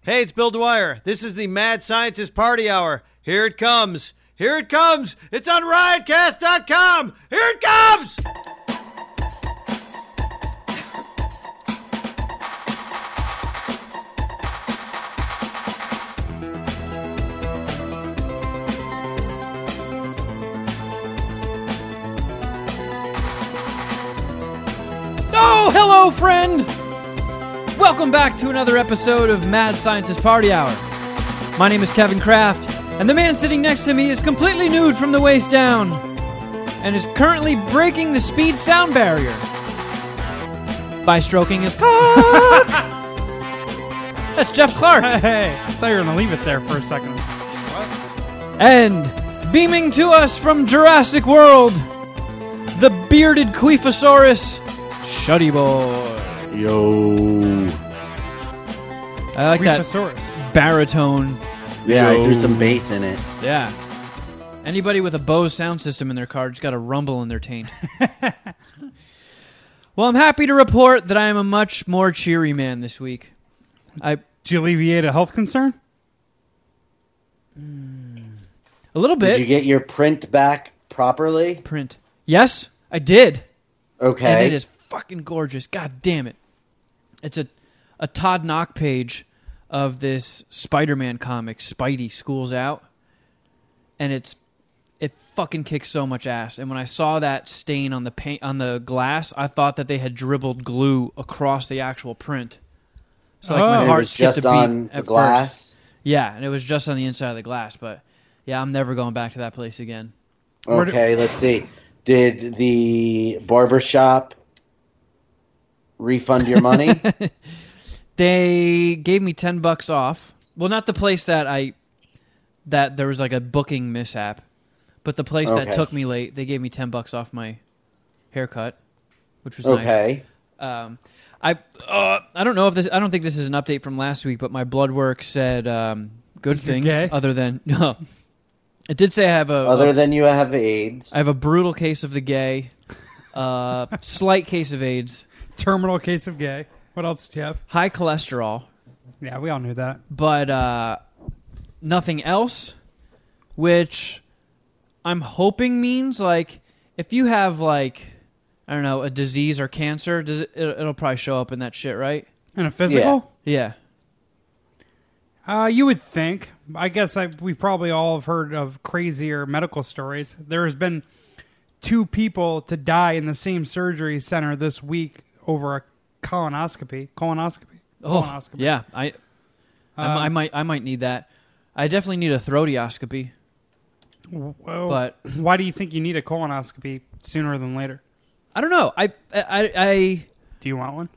Hey, it's Bill Dwyer. This is the Mad Scientist Party Hour. Here it comes. Here it comes. It's on riotcast.com. Here it comes. Oh, hello, friend! Welcome back to another episode of Mad Scientist Party Hour. My name is Kevin Kraft, and the man sitting next to me is completely nude from the waist down and is currently breaking the speed sound barrier by stroking his cock. That's Jeff Clark. Hey, I thought you were gonna leave it there for a second. And beaming to us from Jurassic World, the bearded Queefosaurus, Shuddy Boy. Yo. I like that Reefosaurus. baritone. Yeah, I threw some bass in it. Yeah. Anybody with a Bose sound system in their car just got a rumble in their taint. well, I'm happy to report that I am a much more cheery man this week. I Did you alleviate a health concern? Mm. a little bit Did you get your print back properly? print. Yes, I did. And Okay. it is fucking gorgeous. God damn it. It's a a Todd Knock page of this Spider-Man comic, Spidey Schools Out. And it's it fucking kicks so much ass. And when I saw that stain on the paint on the glass, I thought that they had dribbled glue across the actual print. So like my Oh. And And it heart was skipped just a beat on at the first. glass. Yeah, and it was just on the inside of the glass, but yeah, I'm never going back to that place again. Where do- Okay, let's see. Did the barber shop refund your money? they gave me 10 bucks off well not the place that i that there was like a booking mishap but the place that Okay. took me late they gave me 10 bucks off my haircut which was nice okay. um, i uh, i don't know if this i don't think this is an update from last week but my blood work said um, good You're things gay? other than no it did say i have a Other a- than you have AIDS. i have a brutal case of the gay uh, slight case of aids Terminal case of gay. What else did you have? high cholesterol Yeah, we all knew that. but uh, nothing else, which I'm hoping means like if you have like I don't know a disease or cancer, does it? It'll, it'll probably show up in that shit, right? And a physical? Yeah, Uh, you would think. I guess I, we probably all have heard of crazier medical stories. There has been two people to die in the same surgery center this week over a colonoscopy. Colonoscopy. oh Colonoscopy. yeah. I, I mi- I might I might need that. I definitely need a throatioscopy. Whoa. But- why do you think you need a colonoscopy sooner than later? I don't know. I I I, Do you want one?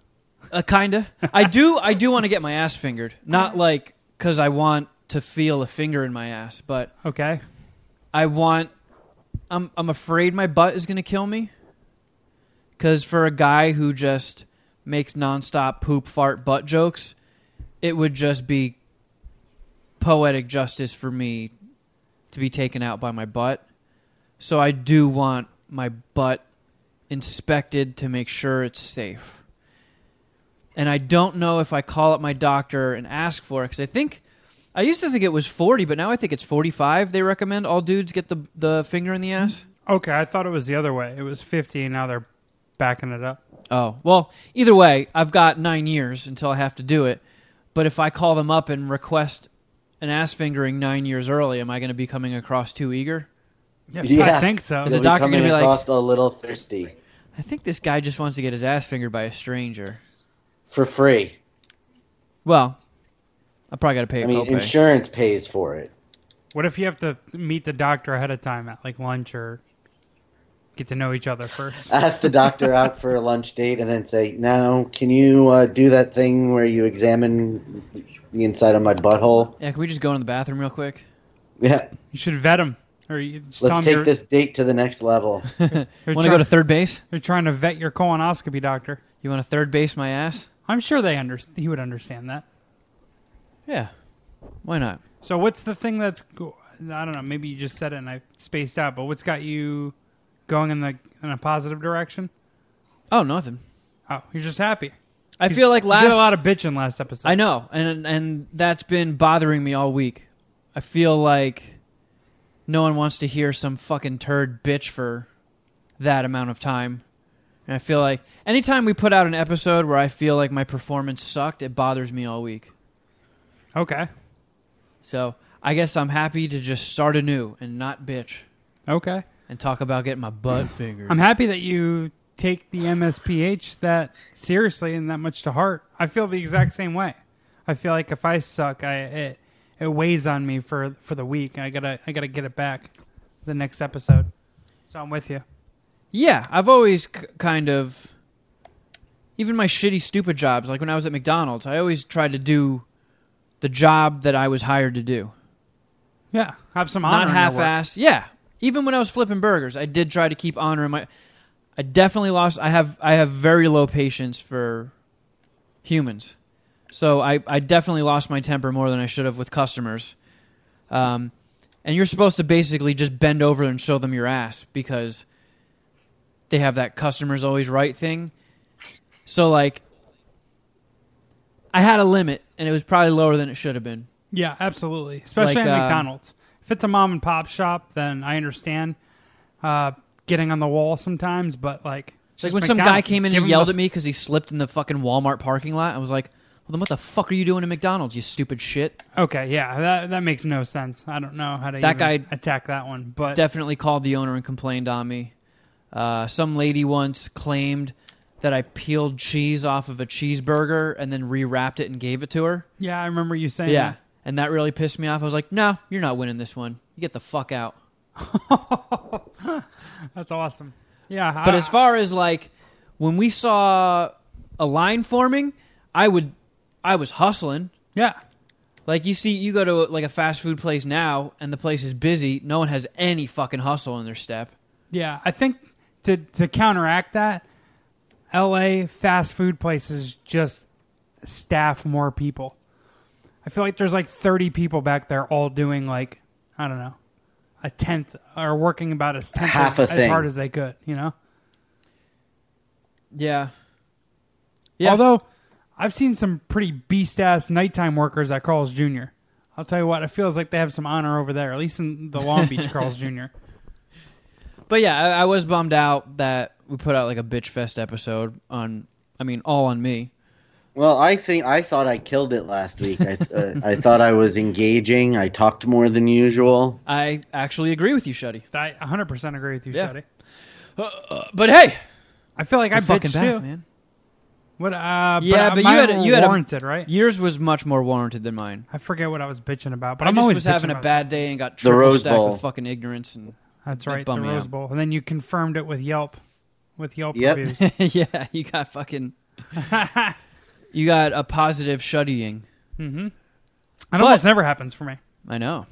uh, kinda. I do I do want to get my ass fingered. Not like because I want to feel a finger in my ass, but Okay. I want. I'm I'm afraid my butt is gonna kill me. Cause for a guy who just makes nonstop poop fart butt jokes, it would just be poetic justice for me to be taken out by my butt. So I do want my butt inspected to make sure it's safe. And I don't know if I call up my doctor and ask for it because I think I used to think it was 40, but now I think it's 45. They recommend all dudes get the the finger in the ass. Okay, I thought it was the other way. It was 50, and now they're backing it up. Oh, well, either way, I've got 9 years until I have to do it. But if I call them up and request an ass fingering 9 years early, am I going to be coming across too eager? Yeah. I think so. Is You'll the be doctor coming gonna be like- across a little thirsty I think this guy just wants to get his ass fingered by a stranger. for free. Well, I probably got to pay a I mean, copay. insurance pays for it. What if you have to meet the doctor ahead of time at like lunch or get to know each other first? Ask the doctor out for a lunch date and then say, now, can you uh, do that thing where you examine the inside of my butthole? yeah, can we just go in the bathroom real quick? Yeah. You should vet him, or you just tell Let's 'em take you're, this date to the next level. you're Want to try- go to third base? you're trying to vet your colonoscopy doctor. You want to third base my ass? I'm sure they under- he would understand that. Yeah. Why not? So what's the thing that's go- I don't know. Maybe you just said it and I spaced out. But what's got you going in the in a positive direction? Oh, nothing. Oh, you're just happy. I feel like last did a lot of bitching last episode. I know, and and that's been bothering me all week. I feel like no one wants to hear some fucking turd bitch for that amount of time. And I feel like anytime we put out an episode where I feel like my performance sucked, it bothers me all week. Okay. So I guess I'm happy to just start anew and not bitch Okay. and talk about getting my butt fingered. I'm happy that you take the MSPH that seriously and that much to heart. I feel the exact same way. I feel like if I suck, I it, it weighs on me for for the week. I gotta I gotta get it back the next episode. So I'm with you. Yeah, I've always k- kind of even my shitty stupid jobs, like when I was at McDonald's, I always tried to do the job that I was hired to do. Yeah, have some honor. Not in your work. half-assed. Yeah. Even when I was flipping burgers, I did try to keep honoring my I definitely lost I have I have very low patience for humans. So I I definitely lost my temper more than I should have with customers. Um and you're supposed to basically just bend over and show them your ass because they have that customers always right thing. So like I had a limit and it was probably lower than it should have been. Yeah, absolutely. Especially Like, at um, McDonald's. If it's a mom and pop shop, then I understand uh, getting on the wall sometimes. But Like like, just when some guy McDonald's, came in give and him yelled the- at me because he slipped in the fucking Walmart parking lot, I was like, "Well, then what the fuck are you doing at McDonald's, you stupid shit?" Okay, yeah, that that makes no sense. I don't know how to That even guy- attack that one, but Definitely called the owner and complained on me. Uh, some lady once claimed that I peeled cheese off of a cheeseburger and then rewrapped it and gave it to her. yeah, I remember you saying. Yeah, and that really pissed me off. I was like, "No, you're not winning this one. You get the fuck out." that. that's awesome. Yeah, But I, as far as like when we saw a line forming, I would, I was hustling. yeah, Like you see, you go to like a fast food place now, and the place is busy. No one has any fucking hustle in their step. yeah, I think to to counteract that, L.A. fast food places just staff more people. I feel like there's like 30 people back there all doing like I don't know a tenth or working about as tenth Half a as, as thing. hard as they could. You know. Yeah. Yeah. Although I've seen some pretty beast ass nighttime workers at Carl's Jr. I'll tell you what, it feels like they have some honor over there, at least in the Long Beach Carl's Jr. but yeah, I, I was bummed out that we put out like a bitch fest episode on. I mean, all on me. Well, I think I thought I killed it last week. I uh, I thought I was engaging. I talked more than usual. I actually agree with you, Shuddy. I 100% agree with you, Yeah. Shuddy. But hey, I feel like I I'm fucking bitched back, too. man. What? Uh, Yeah, but, but uh, you mine had a- were you had a- warranted, right? Yours was much more warranted than mine. I forget what I was bitching about, I but I'm just always was having a bitching about- bad day and got triple Rose stack Bowl. of fucking ignorance and That's that right, the bummed me Rose out. Bowl, and then you confirmed it with Yelp, with Yelp Yep. reviews. yeah, you got fucking. you got a positive shuddying. That almost never happens for me. I know.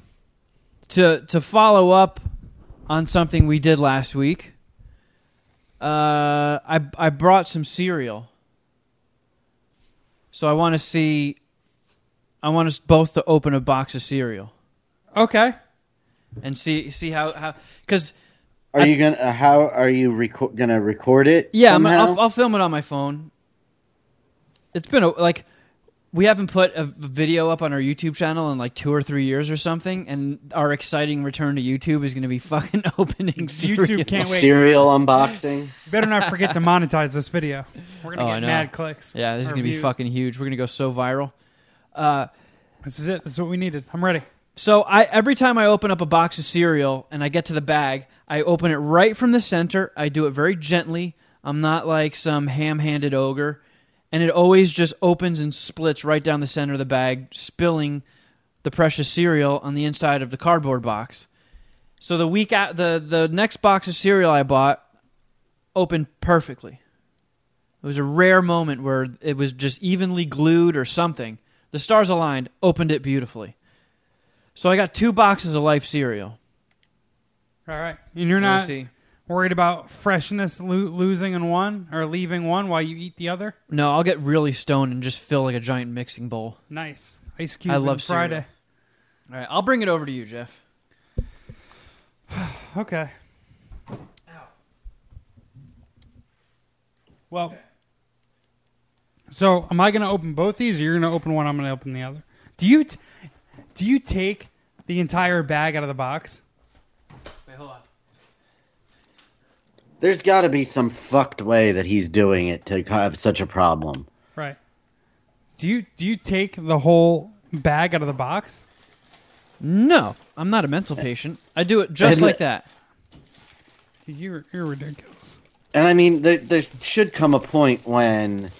To to follow up on something we did last week, uh, I I brought some cereal. So I want to see. I want us both to open a box of cereal Okay. and see see how how because Are you gonna? Uh, how are you reco- gonna record it? yeah I'm, somehow? I'll, I'll film it on my phone. It's been a, like we haven't put a video up on our YouTube channel in like two or three years or something, and our exciting return to YouTube is going to be fucking opening cereal. YouTube can't wait. Serial unboxing. You better not forget to monetize this video. We're Oh, gonna I get know. mad clicks. Yeah, this is or gonna be views. fucking huge. We're gonna go so viral. This is it. This is what we needed. I'm ready. So I every time I open up a box of cereal and I get to the bag, I open it right from the center. I do it very gently. I'm not like some ham-handed ogre, and it always just opens and splits right down the center of the bag, spilling the precious cereal on the inside of the cardboard box. So the week out, the the next box of cereal I bought opened perfectly. It was a rare moment where it was just evenly glued or something. The stars aligned, opened it beautifully. So I got two boxes of Life cereal. All right. And you're Let me not see. worried about freshness lo- losing in one or leaving one while you eat the other? No, I'll get really stoned and just fill like a giant mixing bowl. Nice. Ice Cube I and love cereal. Friday. All right, I'll bring it over to you, Jeff. Okay. Well, So, am I going to open both these, or you're going to open one? I'm going to open the other. Do you t- do you take the entire bag out of the box? Wait, hold on. There's got to be some fucked way that he's doing it to have such a problem. Right. Do you do you take the whole bag out of the box? No, I'm not a mental patient. I do it just And- like that. You're you're ridiculous. And I mean, there, there should come a point when,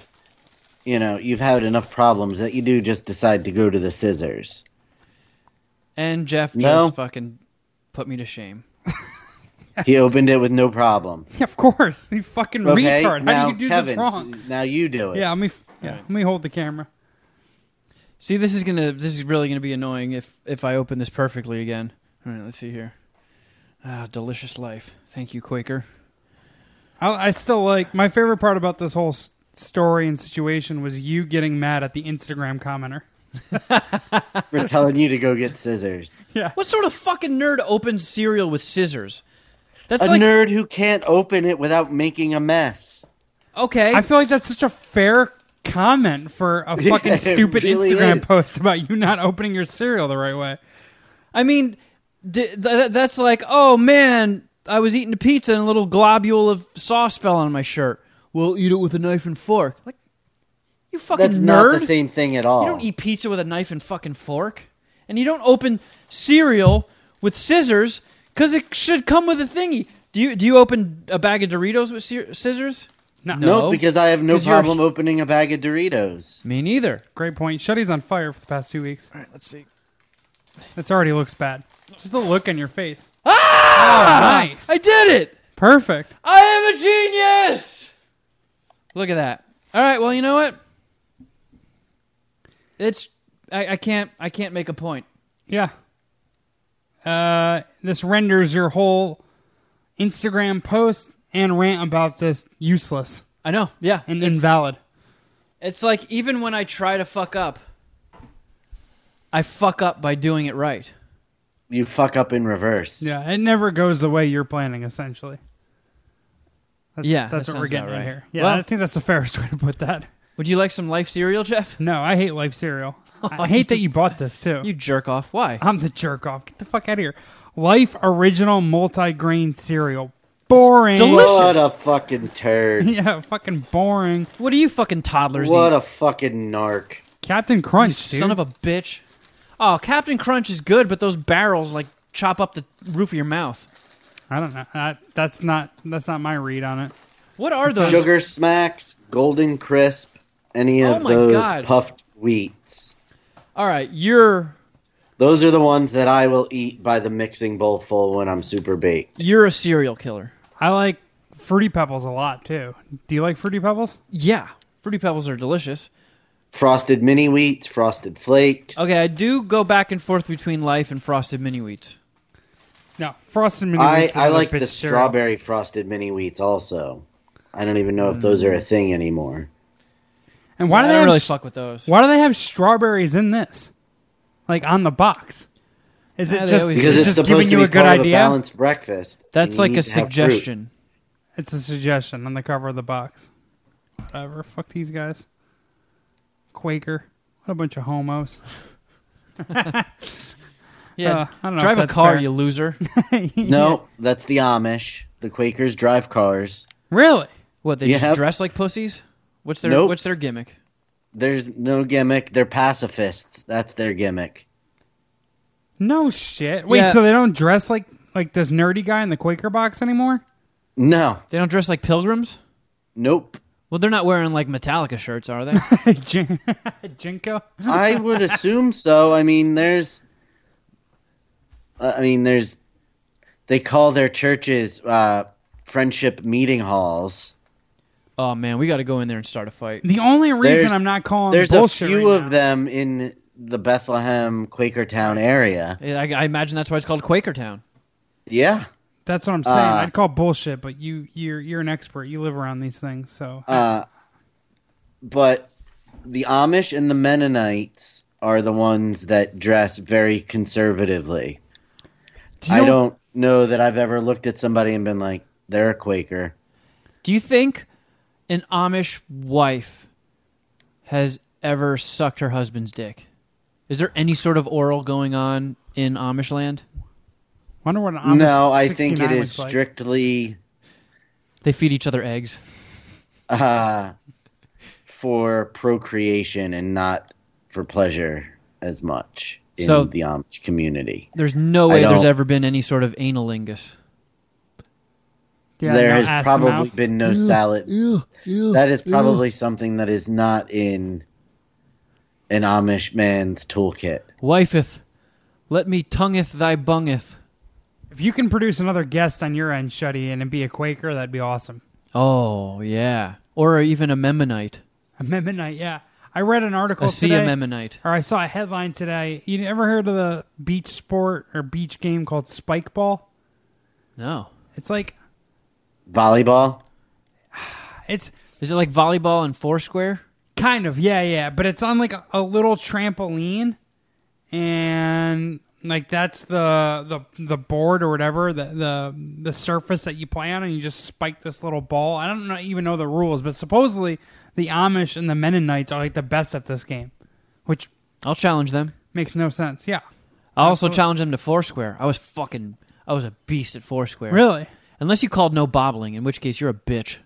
you know, you've had enough problems that you do just decide to go to the scissors. And Jeff No. just fucking put me to shame. He opened it with no problem. Yeah, of course. You fucking Okay, retard. How now do you do Kevin's. this wrong? Now you do it. Yeah, let me f- yeah, let me hold the camera. See, this is gonna, this is really gonna be annoying if if I open this perfectly again. All right, let's see here. Ah, delicious life. Thank you, Quaker. I, I still like my favorite part about this whole s- story and situation was you getting mad at the Instagram commenter. For telling you to go get scissors. What sort of fucking nerd opens cereal with scissors? That's a like nerd who can't open it without making a mess. okay. I feel like that's such a fair comment for a fucking it stupid really Instagram is. post about you not opening your cereal the right way. I mean, d- th- th- that's like, oh man, I was eating a pizza and a little globule of sauce fell on my shirt. Well, eat it with a knife and fork. Like, you fucking That's nerd. not the same thing at all. You don't eat pizza with a knife and fucking fork, and you don't open cereal with scissors because it should come with a thingy. Do you do you open a bag of Doritos with sci- scissors? No. no, No. because I have no 'Cause you're- problem opening a bag of Doritos. Me neither. Great point. Shuddy's on fire for the past two weeks. All right, let's see. This already looks bad. Just the look on your face. Oh, Ah! nice. I did it. Perfect. I am a genius. Look at that. All right. Well, you know what? It's I, I can't I can't make a point. Yeah. Uh, this renders your whole Instagram post and rant about this useless I know. Yeah. and it's, invalid. it's like even when I try to fuck up, I fuck up by doing it right. You fuck up in reverse. Yeah, it never goes the way you're planning, essentially. That's, Yeah, that's that what we're sounds getting about at right. here. Yeah, Well- I think that's the fairest way to put that. Would you like some life cereal, Jeff? No, I hate life cereal. I hate that you bought this too. You jerk off. Why? I'm the jerk off. Get the fuck out of here. Life original multi-grain cereal. Boring. delicious. What a fucking turd. yeah, fucking boring. What do you fucking toddlers what eat? a fucking narc. Captain Crunch, dude. Son of a bitch. Oh, Captain Crunch is good, but those barrels like chop up the roof of your mouth. I don't know. I, that's not that's not my read on it. What are those? Sugar smacks, golden crisp, any Oh of my those God. puffed wheats. All right, you're Those are the ones that I will eat by the mixing bowl full when I'm super baked. you're a serial killer. I like fruity pebbles a lot too. Do you like fruity pebbles? Yeah, fruity pebbles are delicious. Frosted mini wheats, frosted flakes. Okay, I do go back and forth between life and frosted mini wheats. No, frosted mini I, Wheats is I another like bitch the cereal. strawberry frosted mini wheats also. I don't even know if those are Mm. a thing anymore. And why do I they don't have really s- fuck with those? Why do they have strawberries in this? Like on the box? Is it Yeah, they just, always is do. Because it it's just supposed giving to you be a good part of a idea? balanced breakfast. and That's you like need a to have fruit. suggestion. It's a suggestion on the cover of the box. Whatever. Fuck these guys. Quaker. What a bunch of homos. Yeah, Uh, I don't know drive if a that's car, fair. you loser. No, that's the Amish. The Quakers drive cars. Really? What they Yeah. just dress like pussies? What's their Nope. What's their gimmick? There's no gimmick. They're pacifists. That's their gimmick. No shit. Wait, Yeah. so they don't dress like like this nerdy guy in the Quaker box anymore? No, They don't dress like pilgrims. nope. Well, they're not wearing like Metallica shirts, are they? Jin- Jinko? I would assume so. I mean, there's. I mean, there's. They call their churches uh, friendship meeting halls. oh man, we got to go in there and start a fight. The only reason There's- I'm not calling There's a bullshit few right of now- them in the Bethlehem Quakertown area. I, I imagine that's why it's called Quakertown. Yeah. That's what I'm saying. Uh, I'd call bullshit, but you you're you're an expert. You live around these things, so Uh, but the Amish and the Mennonites are the ones that dress very conservatively. Do you I know- don't know that I've ever looked at somebody and been like, they're a Quaker. Do you think an Amish wife has ever sucked her husband's dick. Is there any sort of oral going on in Amish land? Wonder what an Amish no, I think it 69 is looks like. strictly They feed each other eggs. uh, for procreation and not for pleasure as much in So- the Amish community. There's no I way there's don't- ever been any sort of analingus. Yeah, there no has ass probably mouth. been no salad. that is probably something that is not in an Amish man's toolkit. Wifeth, let me tongueth thy bungeth. If you can produce another guest on your end, Shuddy, and be a Quaker, that'd be awesome. Oh yeah, or even a Memmonite, A Mennonite, yeah. I read an a article sea today, Memmonite. or I saw a headline today. You ever heard of the beach sport or beach game called spike ball? No, It's like Volleyball? it's is it like volleyball and foursquare? Kind of, yeah, yeah. But it's on like a, a little trampoline, and like that's the the the board or whatever the the the surface that you play on, and you just spike this little ball. I don't know, even know the rules, but supposedly the Amish and the Mennonites are like the best at this game, which I'll challenge them. makes no sense. Yeah, I'll also challenge them to foursquare. I was fucking, I was a beast at foursquare. really, Unless you called no bobbling, in which case you're a bitch.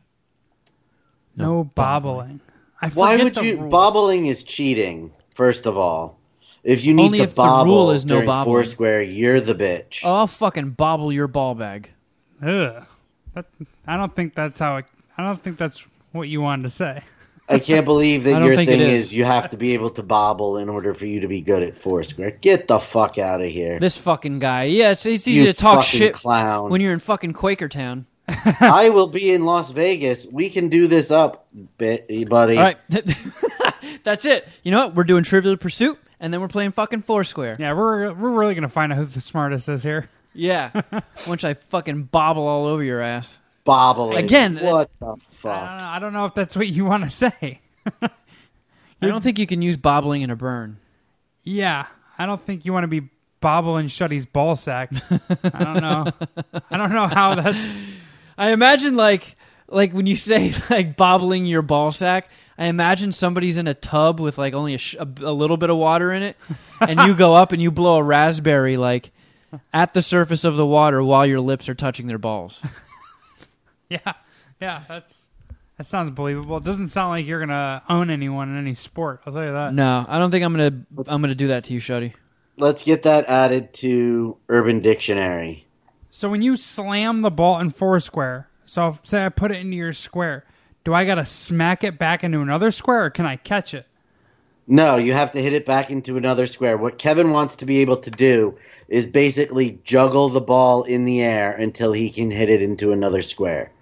no, bobbling. I Why forget would the you? rules. Bobbling is cheating, first of all. If you need Only to if the rule bobble is no during bobbling. Foursquare, you're the bitch. Oh, I'll fucking bobble your ball bag. Ugh. That, I don't think that's how. It, I don't think that's what you wanted to say. I can't believe I that don't your think it thing is. is. you have to be able to bobble in order for you to be good at Foursquare. Get the fuck out of here. This fucking guy. Yeah, it's, it's easy You to talk fucking shit clown. when you're in fucking Quakertown. I will be in Las Vegas. We can do this up, bi- buddy. All right, that's it. You know what? We're doing Trivial Pursuit, and then we're playing fucking foursquare. Yeah, we're we're really gonna find out who the smartest is here. Yeah. Once I fucking bobble all over your ass. Bobbling. Again, What the I don't fuck? know, I don't know if that's what you want to say. I don't think you can use bobbling in a burn. Yeah, I don't think you want to be bobbling Shuddy's ball sack. I don't know. I don't know how that's. I imagine like like when you say like bobbling your ball sack, I imagine somebody's in a tub with like only a, sh- a, a little bit of water in it, and you go up and you blow a raspberry like at the surface of the water while your lips are touching their balls. Yeah, yeah, that's that sounds believable. It doesn't sound like you're gonna own anyone in any sport. I'll tell you that. No, I don't think I'm gonna I'm gonna do that to you, Shuddy. Let's get that added to Urban Dictionary. So when you slam the ball in foursquare, so if, say I put it into your square, do I gotta smack it back into another square, or can I catch it? No, you have to hit it back into another square. What Kevin wants to be able to do is basically juggle the ball in the air until he can hit it into another square.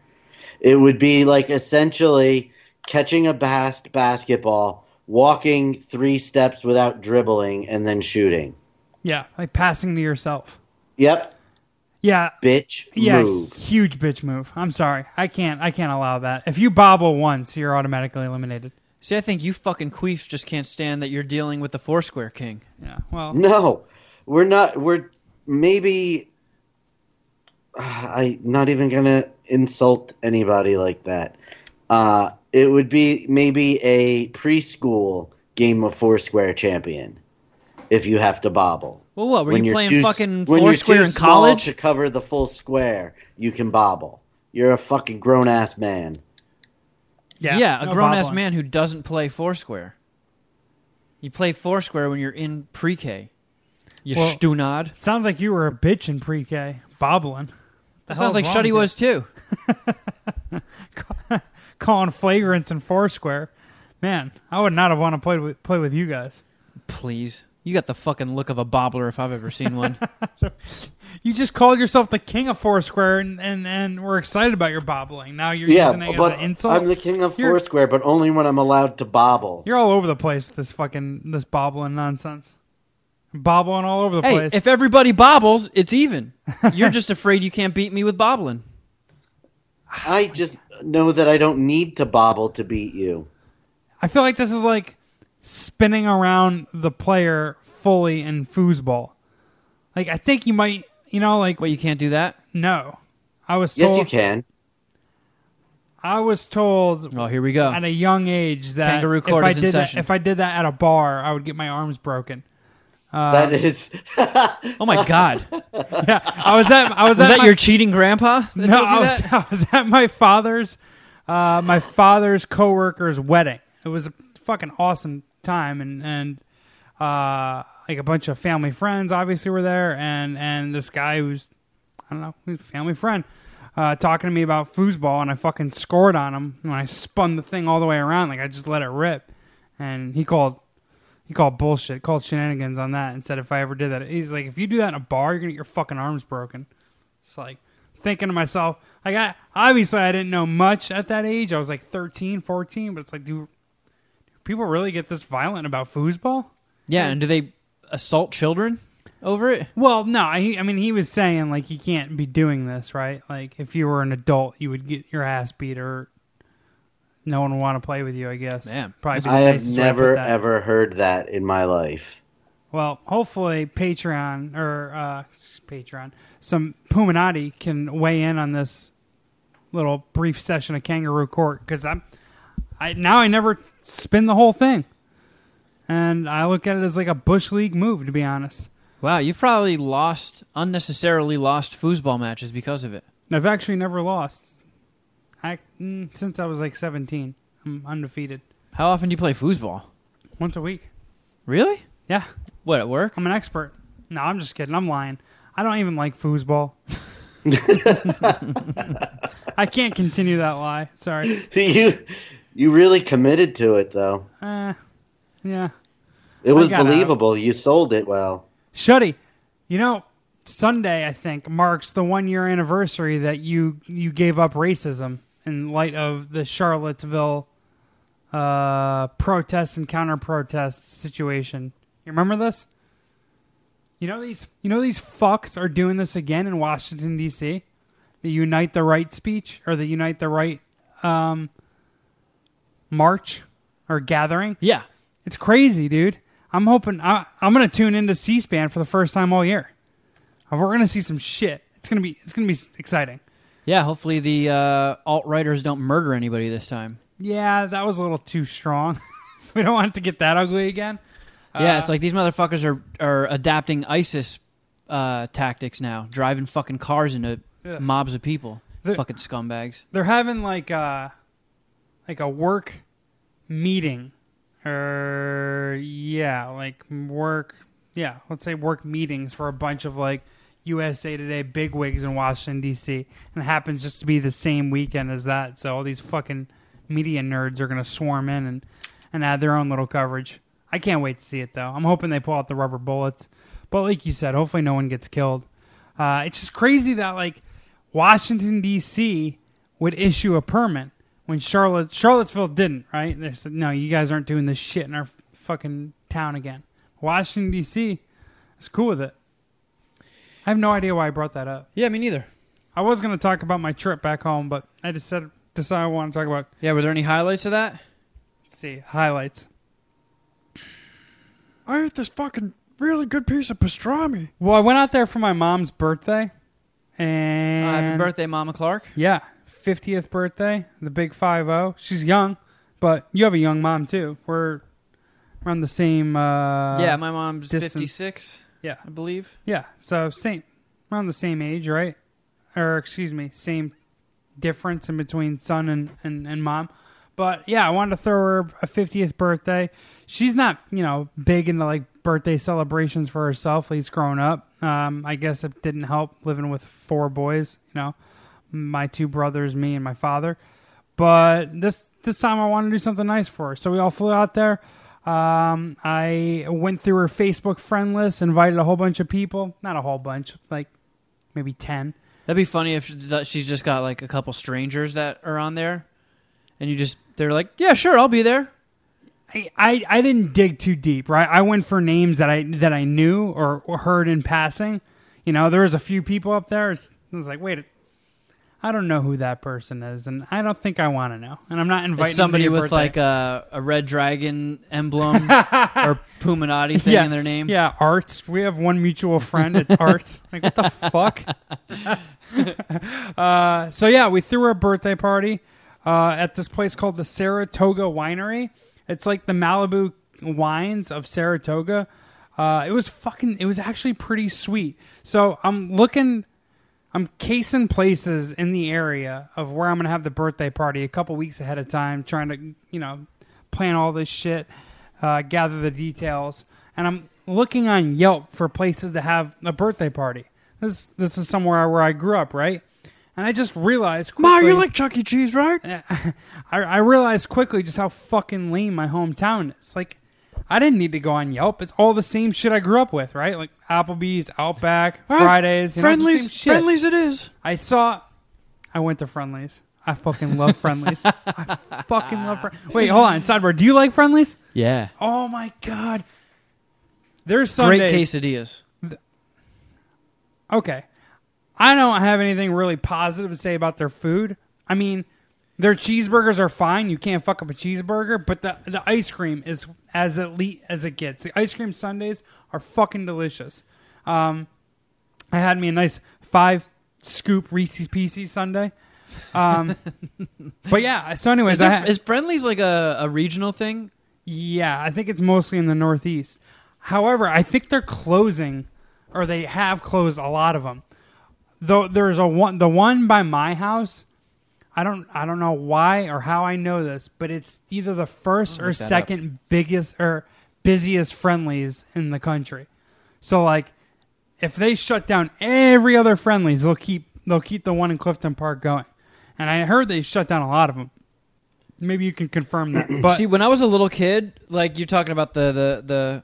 It would be like essentially catching a bas- basketball, walking three steps without dribbling, and then shooting. Yeah, like passing to yourself. Yep, Yeah, bitch, Yeah, move. huge bitch move. I'm sorry. I can't I can't allow that. If you bobble once, you're automatically eliminated. See, I think you fucking queefs just can't stand that you're dealing with the foursquare king. Yeah. Well, No, we're not. We're maybe. I'm not even gonna insult anybody like that. Uh, it would be maybe a preschool game of Foursquare champion if you have to bobble. Well, what were you you're playing too- fucking when you're foursquare too in small college? to cover the full square, you can bobble. You're a fucking grown ass man. yeah. Yeah, a no grown ass bobbling. man who doesn't play Foursquare. You play Foursquare when you're in pre K. You Well, stunod. Sounds like you were a bitch in pre-K bobbling. The That hell's sounds like wrong Shuddy with was too. you? calling flagrants in Foursquare. Man, I would not have wanted to play with, play with you guys. Please. You got the fucking look of a bobbler if I've ever seen one. You just called yourself the king of Foursquare, and and, and we're excited about your bobbling. Now you're Yeah, using it but as an insult. I'm the king of You're- Foursquare, but only when I'm allowed to bobble. you're all over the place with this fucking this bobbling nonsense. Bobbling all over the hey, place. if everybody bobbles, it's even. You're just afraid you can't beat me with bobbling. I just know that I don't need to bobble to beat you. I feel like this is like spinning around the player fully in foosball. Like I think you might, you know, like Wait, you can't do that? Oh, no. I was Yes, told, you can. I was told Oh, here we go. at a young age that Kangaroo court if I is in did that, session. if I did that at a bar, I would get my arms broken. that is. oh my god, Yeah, I was at I was, was at that my, your cheating grandpa? that no, told you I was, that? I was at my father's uh, my father's coworker's wedding. It was a fucking awesome time, and and uh, like a bunch of family friends obviously were there, and and this guy who's I don't know, he's a family friend. Uh, talking to me about foosball, and I fucking scored on him when I spun the thing all the way around. Like I just let it rip, and he called, he called bullshit, called shenanigans on that, and said if I ever did that, he's like, if you do that in a bar, you're gonna get your fucking arms broken. It's like thinking to myself, like I obviously I didn't know much at that age. I was like 13, 14, but it's like, do, do people really get this violent about foosball? Yeah, and do they assault children over it? Well, no, I, I mean he was saying like you can't be doing this, right? Like if you were an adult, you would get your ass beat or no one would want to play with you. I guess. Man, probably be the I have nicest way to put never that. ever heard that in my life. Well, hopefully Patreon or uh, Patreon, some Puminati can weigh in on this little brief session of Kangaroo Court because I'm, I now I never spin the whole thing, and I look at it as like a bush league move to be honest. Wow, you've probably lost unnecessarily lost foosball matches because of it. I've actually never lost, I mm, since I was like 17. I'm undefeated How often do you play foosball? once a week. Really? Yeah, What at work? I'm an expert. No, I'm just kidding. I'm lying. I don't even like foosball. I can't continue that lie. Sorry. you you really committed to it though. Uh, yeah. It was got out. believable. You sold it well. Shuddy, you know, Sunday I think marks the one year anniversary that you you gave up racism in light of the Charlottesville uh, protest and counter protest situation. You remember this? You know these you know these fucks are doing this again in Washington D.C. The Unite the Right speech or the Unite the Right um, march or gathering. Yeah. It's crazy, dude. I'm hoping I, I'm gonna tune into C-SPAN for the first time all year. Uh, We're gonna see some shit. It's gonna be it's gonna be s- exciting. Yeah, hopefully the uh, alt writers don't murder anybody this time. Yeah, that was a little too strong. we don't want it to get that ugly again. yeah, Uh, it's like these motherfuckers are are adapting ISIS uh, tactics now, driving fucking cars into Yeah. mobs of people. The- fucking scumbags. They're having like a like a work meeting, or yeah, like work. Yeah, let's say work meetings for a bunch of like USA Today bigwigs in Washington D.C. and it happens just to be the same weekend as that. So all these fucking media nerds are gonna swarm in and and add their own little coverage. I can't wait to see it though. I'm hoping they pull out the rubber bullets. But like you said, hopefully no one gets killed. Uh, it's just crazy that like Washington D.C. would issue a permit when Charlotte Charlottesville didn't. Right? They said, "No, you guys aren't doing this shit in our fucking town again." Washington D.C. is cool with it. I have no idea why I brought that up. Yeah, me neither. I was going to talk about my trip back home, but I decided decided I want to talk about Yeah, were there any highlights of that? let's see highlights. I ate this fucking really good piece of pastrami. Well, I went out there for my mom's birthday, and Uh, happy birthday, Mama Clark. Yeah, fiftieth birthday, the big five zero. She's young, but you have a young mom too. We're around the same. Uh, yeah, my mom's distance. fifty six, yeah, I believe. yeah. So same, around the same age, right? Or excuse me, same difference in between son and and, and mom. But yeah, I wanted to throw her a fiftieth birthday. She's not, you know, big into like birthday celebrations for herself. At least growing up, um, I guess it didn't help living with four boys. You know, my two brothers, me, and my father. But this this time, I wanted to do something nice for her, so we all flew out there. Um, I went through her Facebook friend list, invited a whole bunch of people. Not a whole bunch, like maybe ten. That'd be funny if sh- that she's just got like a couple strangers that are on there, and you just they're like, yeah, sure, I'll be there. I, I, I didn't dig too deep, right? I went for names that I that I knew or, or heard in passing. You know, there was a few people up there. It's- I was like, wait, I don't know who that person is, and I don't think I want to know. And I'm not inviting It's somebody them to your with birthday. like a, a red dragon emblem or Puminati thing yeah, in their name. Yeah, Arts. We have one mutual friend. It's Arts. like what the fuck? uh, so yeah, we threw a birthday party. uh, at this place called the Saratoga Winery. It's like the Malibu wines of Saratoga. Uh, it was fucking. It was actually pretty sweet. So I'm looking. I'm casing places in the area of where I'm going to have the birthday party a couple weeks ahead of time, trying to, you know, plan all this shit, uh, gather the details, and I'm looking on Yelp for places to have a birthday party. This this is somewhere where I grew up, right? And I just realized, quickly, Ma, you like Chuck E. Cheese, right? I, I realized quickly just how fucking lame my hometown is. Like, I didn't need to go on Yelp. It's all the same shit I grew up with, right? Like Applebee's, Outback, Fridays, you know, it's the friendlies, same shit. friendlies, it is. I saw. I went to Friendlies. I fucking love Friendlies. I fucking love. Fri- Wait, hold on. Sidebar. Do you like Friendlies? Yeah. Oh my god. There's some Great days- quesadillas. Okay, I don't have anything really positive to say about their food. I mean, their cheeseburgers are fine. You can't fuck up a cheeseburger, but the the ice cream is as elite as it gets. The ice cream sundaes are fucking delicious. Um, I had me a nice five scoop Reese's Pieces Sunday. Um, but yeah. So, anyways, Is, there, I had- is friendlies like a, a regional thing? Yeah, I think it's mostly in the Northeast. However, I think they're closing, or they have closed a lot of them. Though there's a one, the one by my house. I don't, I don't know why or how I know this, but it's either the first or look that up. second biggest or busiest friendlies in the country. So like, if they shut down every other friendlies, they'll keep they'll keep the one in Clifton Park going. And I heard they shut down a lot of them. Maybe you can confirm that. But See, when I was a little kid, like you're talking about the the the.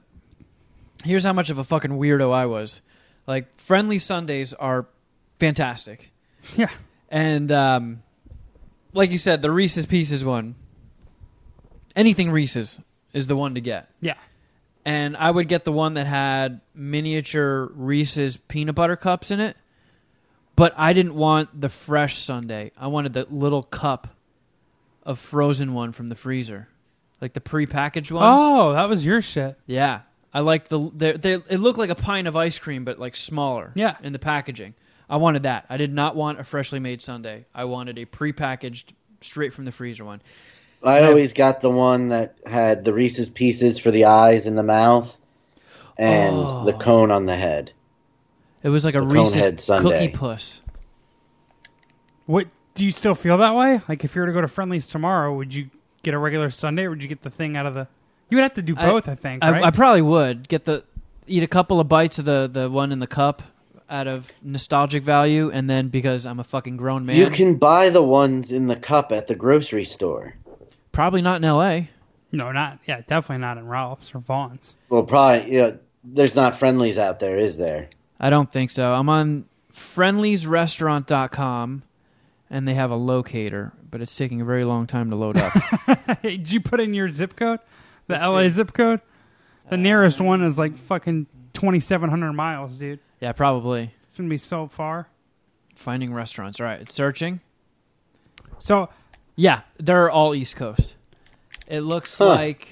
Here's how much of a fucking weirdo I was. Like friendly Sundays are fantastic, yeah. and um, like you said, the Reese's Pieces one. Anything Reese's is the one to get, Yeah. and I would get the one that had miniature Reese's peanut butter cups in it. But I didn't want the fresh Sunday. I wanted the little cup of frozen one from the freezer, like the prepackaged ones. Oh, that was your shit. Yeah, I like the they, they. It looked like a pint of ice cream, but like smaller. Yeah. in the packaging. I wanted that. I did not want a freshly made sundae. I wanted a prepackaged, straight from the freezer one. I always got the one that had the Reese's pieces for the eyes and the mouth, and Oh. the cone on the head. It was like a The Conehead Reese's sundae. cookie puss. What do you still feel that way? Like if you were to go to friendlies tomorrow, would you get a regular Sunday or would you get the thing out of the You would have to do I- both, I, think, I, right? I probably would get the eat a couple of bites of the the one in the cup out of nostalgic value, and then because I'm a fucking grown man, You can buy the ones in the cup at the grocery store. probably not in L.A. no, not yeah, definitely not in Ralph's or Vaughn's. Well, probably. You know, there's not friendlies out there, is there? I don't think so. I'm on friendliesrestaurant.com and they have a locator, but it's taking a very long time to load up. Hey, did you put in your zip code? The LA zip code? The nearest Um, one is like fucking twenty seven hundred miles, dude. yeah, probably. It's gonna be so far. Finding restaurants. All right, it's searching. So Yeah, they're all East Coast. It looks Huh. like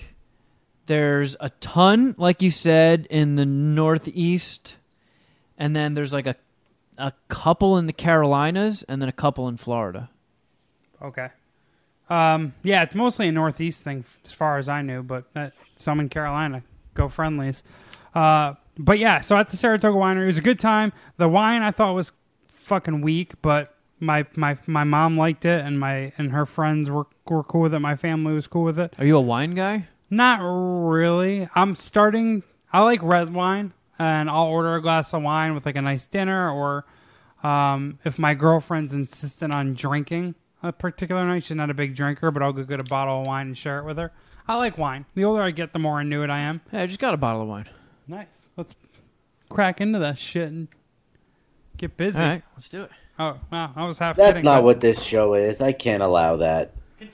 there's a ton, like you said, in the Northeast, and then there's like a a couple in the Carolinas, and then a couple in Florida. Okay. Um, yeah, it's mostly a Northeast thing f- as far as I knew, but uh, some in Carolina go friendlies. Uh, but yeah, so at the Saratoga Winery, it was a good time. The wine I thought was fucking weak, but my my my mom liked it, and my and her friends were were cool with it. My family was cool with it. Are you a wine guy? Not really. I'm starting. I like red wine, and I'll order a glass of wine with like a nice dinner, or um, if my girlfriend's insistent on drinking a particular night, she's not a big drinker, but I'll go get a bottle of wine and share it with her. I like wine. The older I get, the more inuit I am. Hey, I just got a bottle of wine. Nice. Let's crack into that shit and get busy. All right, let's do it. Oh, wow. I was half That's kidding, not but what this show is. I can't allow that. we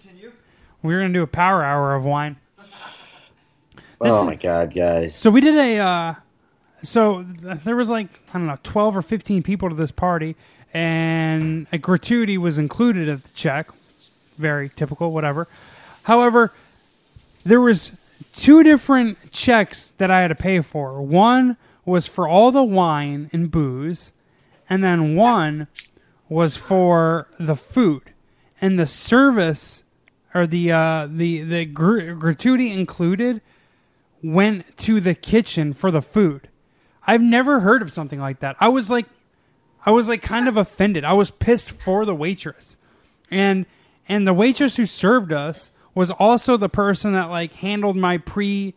were going to do a power hour of wine. oh is- my god, guys! So we did a. Uh, so th- there was like I don't know, twelve or fifteen people to this party, and a gratuity was included at the check. Very typical, whatever. However, there was two different checks that I had to pay for. One was for all the wine and booze, and then one was for the food. and the service or the uh, the the gr- gratuity included went to the kitchen for the food. I've never heard of something like that. I was like, I was like kind of offended. I was pissed for the waitress, and and the waitress who served us was also the person that like handled my pre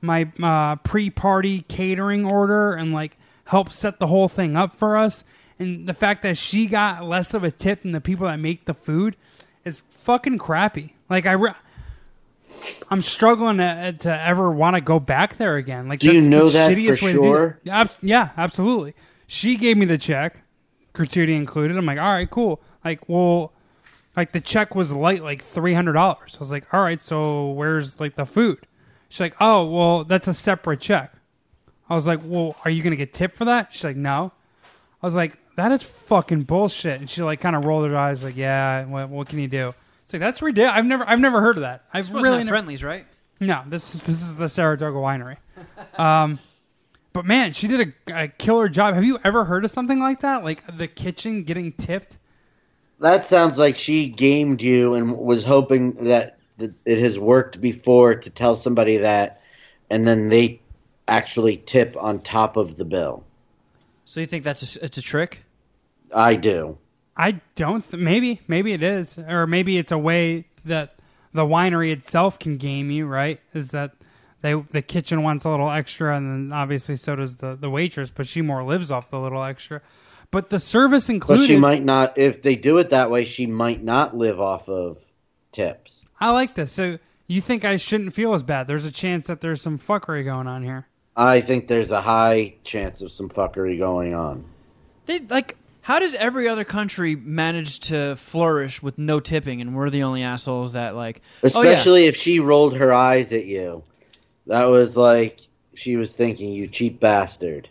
my uh, pre party catering order and like helped set the whole thing up for us. And the fact that she got less of a tip than the people that make the food is fucking crappy. Like I. Re- I'm struggling to, to ever want to go back there again. Like, Do you that's know the that for shittiest way to do it. sure? Abs- yeah, absolutely. She gave me the check, gratuity included. I'm like, all right, cool. Like, well, like the check was light, like three hundred dollars. I was like, all right, so where's like the food? She's like, oh, well, that's a separate check. I was like, well, are you gonna get tipped for that? She's like, no. I was like, that is fucking bullshit. And she like kind of rolled her eyes, like, yeah, what, what can you do? It's like that's ridiculous. I've never, I've never heard of that. I've Wasn't really that never- friendlies, right? no, this is this is the Saratoga Winery. Um, but man, she did a, a killer job. Have you ever heard of something like that? Like the kitchen getting tipped? That sounds like she gamed you and was hoping that th- it has worked before to tell somebody that, and then they actually tip on top of the bill. So you think that's a, s- it's a trick? I do. I don't. Th- maybe, maybe it is, or maybe it's a way that the winery itself can game you. Right? Is that they the kitchen wants a little extra, and then obviously so does the the waitress, but she more lives off the little extra. But the service But included. she might not. If they do it that way, she might not live off of tips. I like this. So you think I shouldn't feel as bad? There's a chance that there's some fuckery going on here. I think there's a high chance of some fuckery going on. They like how does every other country manage to flourish with no tipping and we're the only assholes that like oh, Especially if she rolled her eyes at you. That was like she was thinking, you cheap bastard.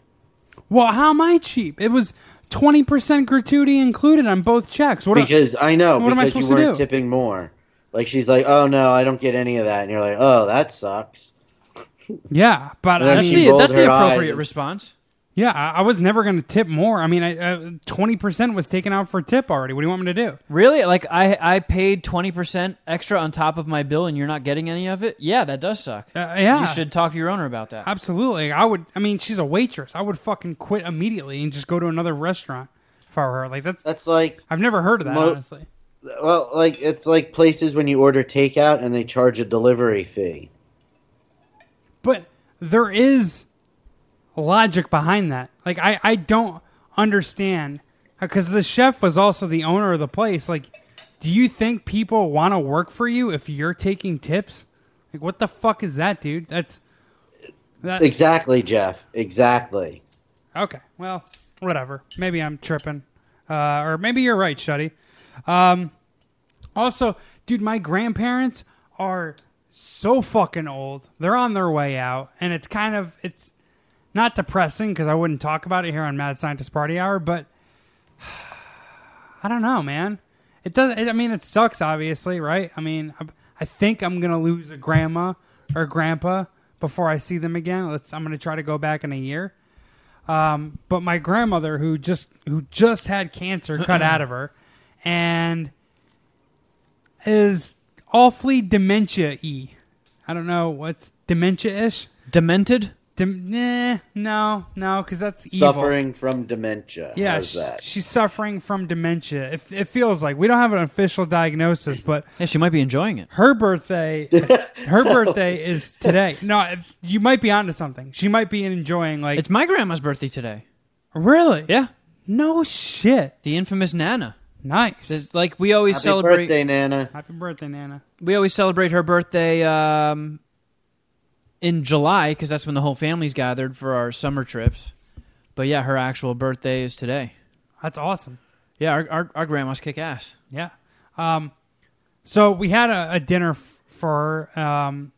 Well, how am I cheap? It was twenty percent gratuity included on both checks. What? a- Because I know, What am I because you supposed to weren't do? tipping more. Like she's like, oh no, I don't get any of that. And you're like, oh, that sucks. yeah, but yeah. And I, then that's she the rolled that's her the appropriate eyes. response. yeah, I, I was never going to tip more. I mean, twenty percent was taken out for tip already. What do you want me to do? Really? Like I I paid twenty percent extra on top of my bill and you're not getting any of it? Yeah, that does suck. Uh, yeah, You should talk to your owner about that. absolutely. I would. I mean, she's a waitress. I would fucking quit immediately and just go to another restaurant if I were her. Like that's. That's like, I've never heard of that Mo- honestly. well, like it's like places when you order takeout and they charge a delivery fee. but there is logic behind that. Like I, I don't understand because the chef was also the owner of the place. Like, do you think people want to work for you if you're taking tips? Like, what the fuck is that, dude? That's that. Exactly, Jeff. Exactly. Okay, well, whatever. Maybe I'm tripping, uh, or maybe you're right, Shuddy. Um, also, dude, my grandparents are so fucking old. They're on their way out, and it's kind of it's not depressing because I wouldn't talk about it here on Mad Scientist Party Hour, but I don't know, man. It does. It, I mean, it sucks, obviously, right? I mean, I, I think I'm gonna lose a grandma or grandpa before I see them again. Let's. I'm gonna try to go back in a year. Um, but my grandmother, who just who just had cancer cut out of her, and is awfully dementia y. I don't know what's dementia ish. Demented? Dem- nah, no, no, because that's evil. Suffering from dementia. Yeah, How's sh- that? she's suffering from dementia. It, it feels like we don't have an official diagnosis, but Yeah, she might be enjoying it. her birthday, her birthday is today. No, if, you might be onto something. She might be enjoying like It's my grandma's birthday today. really. Yeah. No shit. The infamous Nana. Nice. There's, like we always Happy celebrate birthday, Nana. Happy birthday, Nana. we always celebrate her birthday um, in July because that's when the whole family's gathered for our summer trips. But yeah, her actual birthday is today. That's awesome. Yeah, our our, our grandmas kick ass. Yeah. Um, so we had a, a dinner f- for um,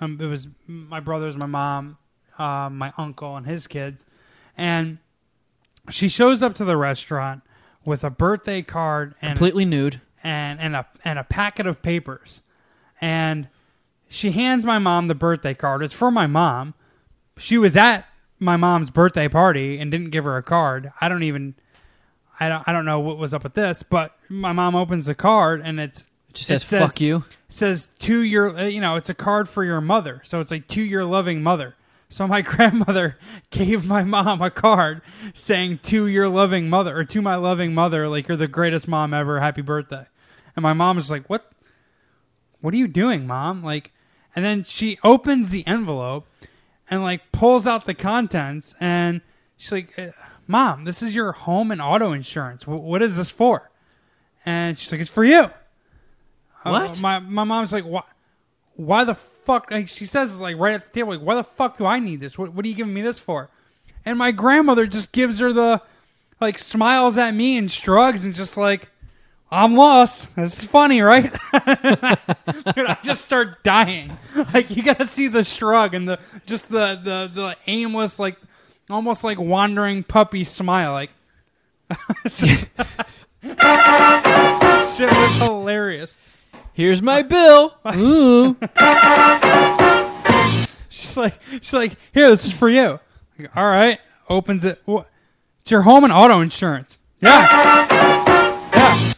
um, it was my brothers, my mom, uh, my uncle, and his kids, and she shows up to the restaurant with a birthday card and Completely nude. and and a and a packet of papers, and she hands my mom the birthday card. It's for my mom. She was at my mom's birthday party and didn't give her a card. I don't even. I don't, I don't know what was up with this, but my mom opens the card and it's It just says, "Fuck you." It says to your, uh, you know, it's a card for your mother, so it's like to your loving mother. So my grandmother gave my mom a card saying to your loving mother or to my loving mother, like you're the greatest mom ever, happy birthday. And my mom is like, what? What are you doing, mom? Like, and then she opens the envelope and like pulls out the contents and she's like eh, mom this is your home and auto insurance Wh- what is this for and she's like it's for you What? Uh, my, my mom's like why, why the fuck like she says like right at the table like why the fuck do i need this what, what are you giving me this for and my grandmother just gives her the like smiles at me and shrugs and just like i'm lost this is funny right Dude, I just start dying. Like you gotta see the shrug and the just the the the aimless like almost like wandering puppy smile. Like shit was hilarious. Here's my bill. Ooh. She's like she's like here this is for you. Like, All right, opens it. What? It's your home and auto insurance. Yeah, yeah.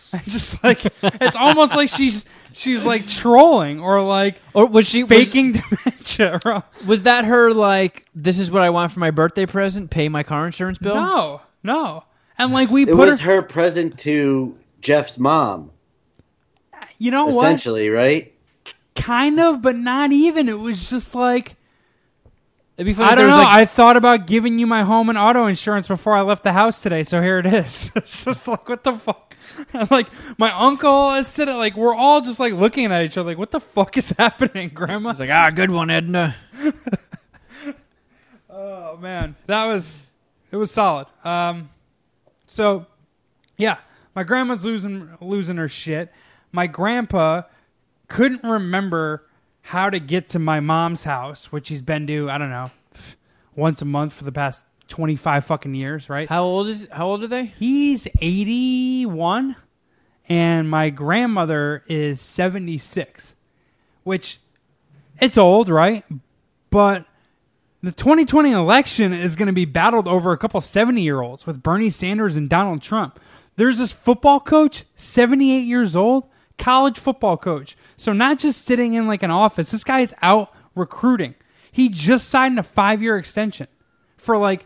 And just like it's almost like she's she's like trolling or like Or was she Oh, was- faking dementia. or- Was that her like this is what I want for my birthday present? Pay my car insurance bill? No, no. And like we It put was her present to Jeff's mom, You know Oh, what? essentially, right? Kind of, but not even. It was just like It'd be funny. I if don't there know. was, like- I thought about giving you my home and auto insurance before I left the house today, so here it is. it's just like what the fuck. And like my uncle is sitting, like we're all just like looking at each other, like what the fuck is happening, Grandma? It's like ah, good one, Edna. oh man, that was it was solid. Um, so yeah, my grandma's losing losing her shit. My grandpa couldn't remember how to get to my mom's house, which he's been to I don't know once a month for the past twenty five fucking years, right? How old is? How old are they? He's 81 and my grandmother is 76, which it's old, right? But the 2020 election is going to be battled over a couple 70 year olds with Bernie Sanders and Donald Trump. There's this football coach, 78 years old, college football coach. So, not just sitting in like an office, this guy is out recruiting. He just signed a five year extension for like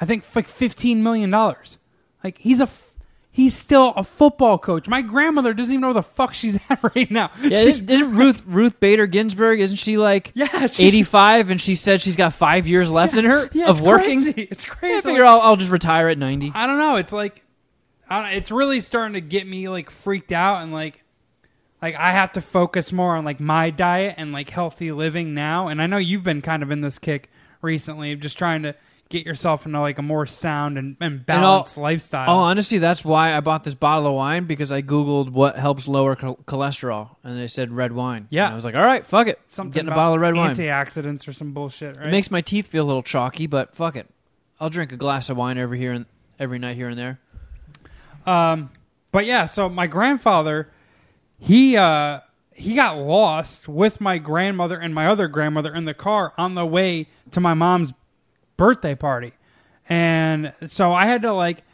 I think like fifteen million dollars. Like he's a f- he's still a football coach. My grandmother doesn't even know where the fuck she's at right now. Yeah, She- isn't isn't Ruth Ruth Bader Ginsburg? Isn't she like Yeah, she's- eighty five? And she said she's got five years left in her yeah, of it's working. crazy. It's crazy. I figure I'll, I'll just retire at ninety. I don't know. It's like, I don't, it's really starting to get me like freaked out and like, like I have to focus more on like my diet and like healthy living now. And I know you've been kind of in this kick recently of just trying to get yourself into like a more sound and, and And all- balanced lifestyle. Oh, honestly, that's why I bought this bottle of wine because I googled what helps lower chol- cholesterol, and they said red wine. Yeah. And I was like, all right, fuck it, I'm Something getting a about bottle of red wine. antioxidants or some bullshit, right? It makes my teeth feel a little chalky, but fuck it. I'll drink a glass of wine every here and every night here and there. Um, but yeah, so my grandfather, he uh, he got lost with my grandmother and my other grandmother in the car on the way to my mom's birthday party, and so I had to like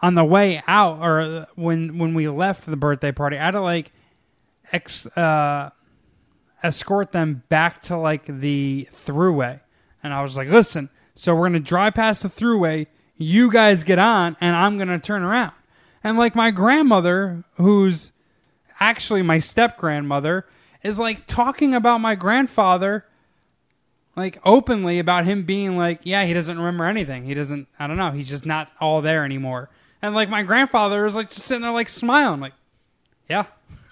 on the way out or uh, when when we left the birthday party, I had to like ex uh, escort them back to like the throughway, and I was like, listen. So we're gonna drive past the throughway. You guys get on, and I'm gonna turn around. And like my grandmother, who's actually my step grandmother, is like talking about my grandfather, like openly about him being like, yeah, he doesn't remember anything. He doesn't, I don't know, he's just not all there anymore. And like my grandfather is like just sitting there like smiling, like, yeah,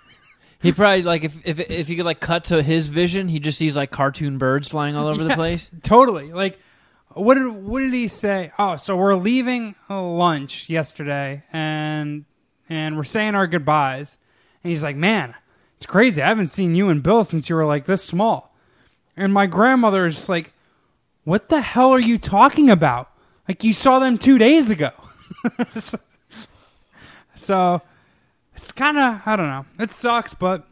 He probably like if if if you could like cut to his vision, he just sees like cartoon birds flying all over the Yeah, place. Totally. Like, what did what did he say? Oh, so we're leaving lunch yesterday, and and we're saying our goodbyes, and he's like, "Man, it's crazy. I haven't seen you and Bill since you were like this small." And my grandmother is just like, "What the hell are you talking about? Like, you saw them two days ago." so it's kind of I don't know. It sucks, but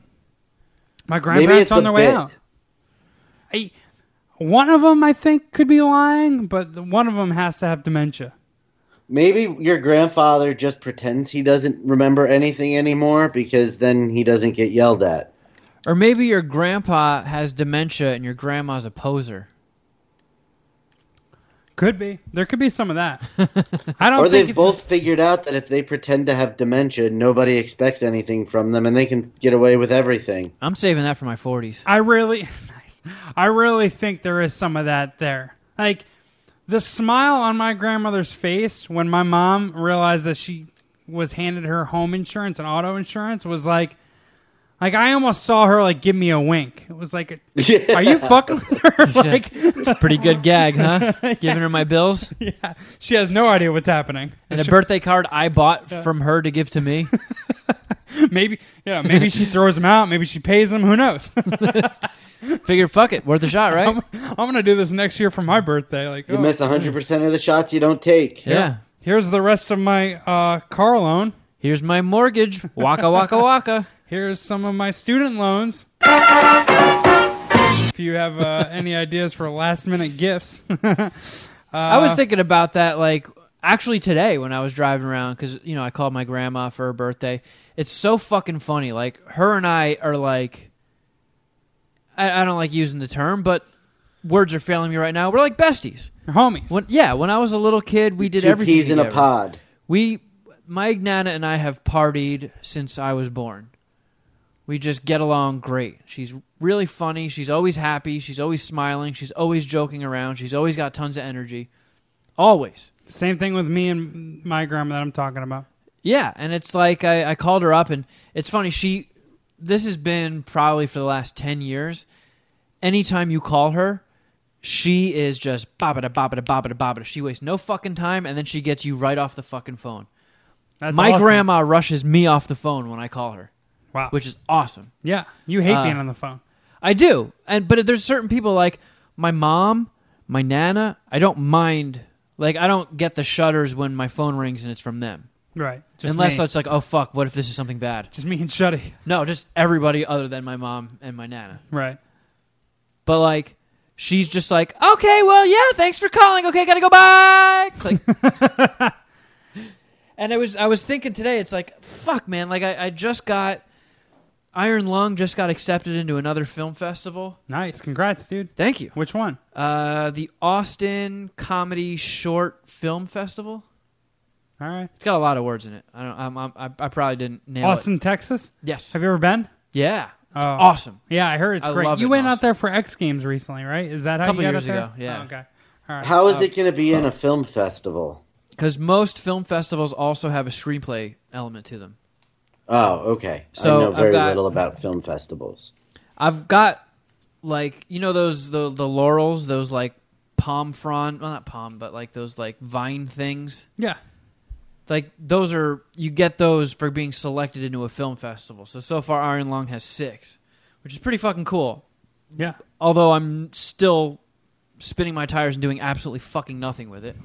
my grandparents it's on a their way bit. out. I, one of them I think could be lying, but one of them has to have dementia. Maybe your grandfather just pretends he doesn't remember anything anymore because then he doesn't get yelled at. Or maybe your grandpa has dementia and your grandma's a poser. Could be. There could be some of that. I don't Or think they've it's, both figured out that if they pretend to have dementia, nobody expects anything from them and they can get away with everything. I'm saving that for my 40s. I really nice. I really think there is some of that there. Like the smile on my grandmother's face when my mom realized that she was handed her home insurance and auto insurance was like like I almost saw her like give me a wink. It was like are you fucking with her? like Pretty good gag, huh? Giving her my bills yeah. She has no idea what's happening. and a birthday card I bought from her to give to me. maybe yeah, maybe she throws them out, maybe she pays them, who knows? Figured, fuck it, worth a shot, right? I'm, I'm gonna do this next year for my birthday. Like You oh. miss 100% of the shots you don't take. Yeah. Here's the rest of my uh, car loan. Here's my mortgage. Waka waka waka. Here's some of my student loans. if you have uh, any ideas for last minute gifts, uh, I was thinking about that, like actually today when I was driving around, because you know I called my grandma for her birthday. It's so fucking funny. Like her and I are like, I, I don't like using the term, but words are failing me right now. We're like besties. homies. When yeah, when I was a little kid, we did Two everything. peas in a together. pod. We, my Nana and I have partied since I was born. We just get along great. She's really funny. She's always happy. She's always smiling. She's always joking around. She's always got tons of energy. Always. Same thing with me and my grandma that I'm talking about. Yeah, and it's like I, I called her up, and it's funny. She, this has been probably for the last ten years. Anytime you call her, she is just babada babada babada babada. She wastes no fucking time, and then she gets you right off the fucking phone. That's My awesome. grandma rushes me off the phone when I call her, Wow. which is awesome. yeah, you hate Uh, being on the phone. I do, and but there's certain people like my mom, my nana. I don't mind. Like I don't get the shudders when my phone rings and it's from them, Right. Just unless me. it's like, oh fuck, what if this is something bad? just me and Shuddy. No, just everybody other than my mom and my nana. Right. But like, she's just like, okay, well, yeah, thanks for calling. Okay, gotta go. Bye. Click. and I was I was thinking today, it's like, fuck, man. Like I, I just got Iron Lung just got accepted into another film festival. Nice. Congrats, dude. Thank you. Which one? Uh, the Austin Comedy Short Film Festival. All right. It's got a lot of words in it. I don't. I'm, I'm, I I probably didn't nail it. Austin, Texas. Yes. Have you ever been? Yeah. It's Oh. awesome. Yeah, I heard it's I great. love you it, went out Austin. there for X Games recently, right? Is that how Couple you got years out there? ago, yeah. Oh, okay. All right. How is it going to be uh, in a film festival? because most film festivals also have a screenplay element to them. Oh, okay. So, I know I've very got- little about film festivals. I've got like you know those the the laurels, those like palm frond, well not palm, but like those like vine things. Yeah. Like those are you get those for being selected into a film festival. So so far, Iron Long has six, which is pretty fucking cool. Yeah. Although I'm still spinning my tires and doing absolutely fucking nothing with it.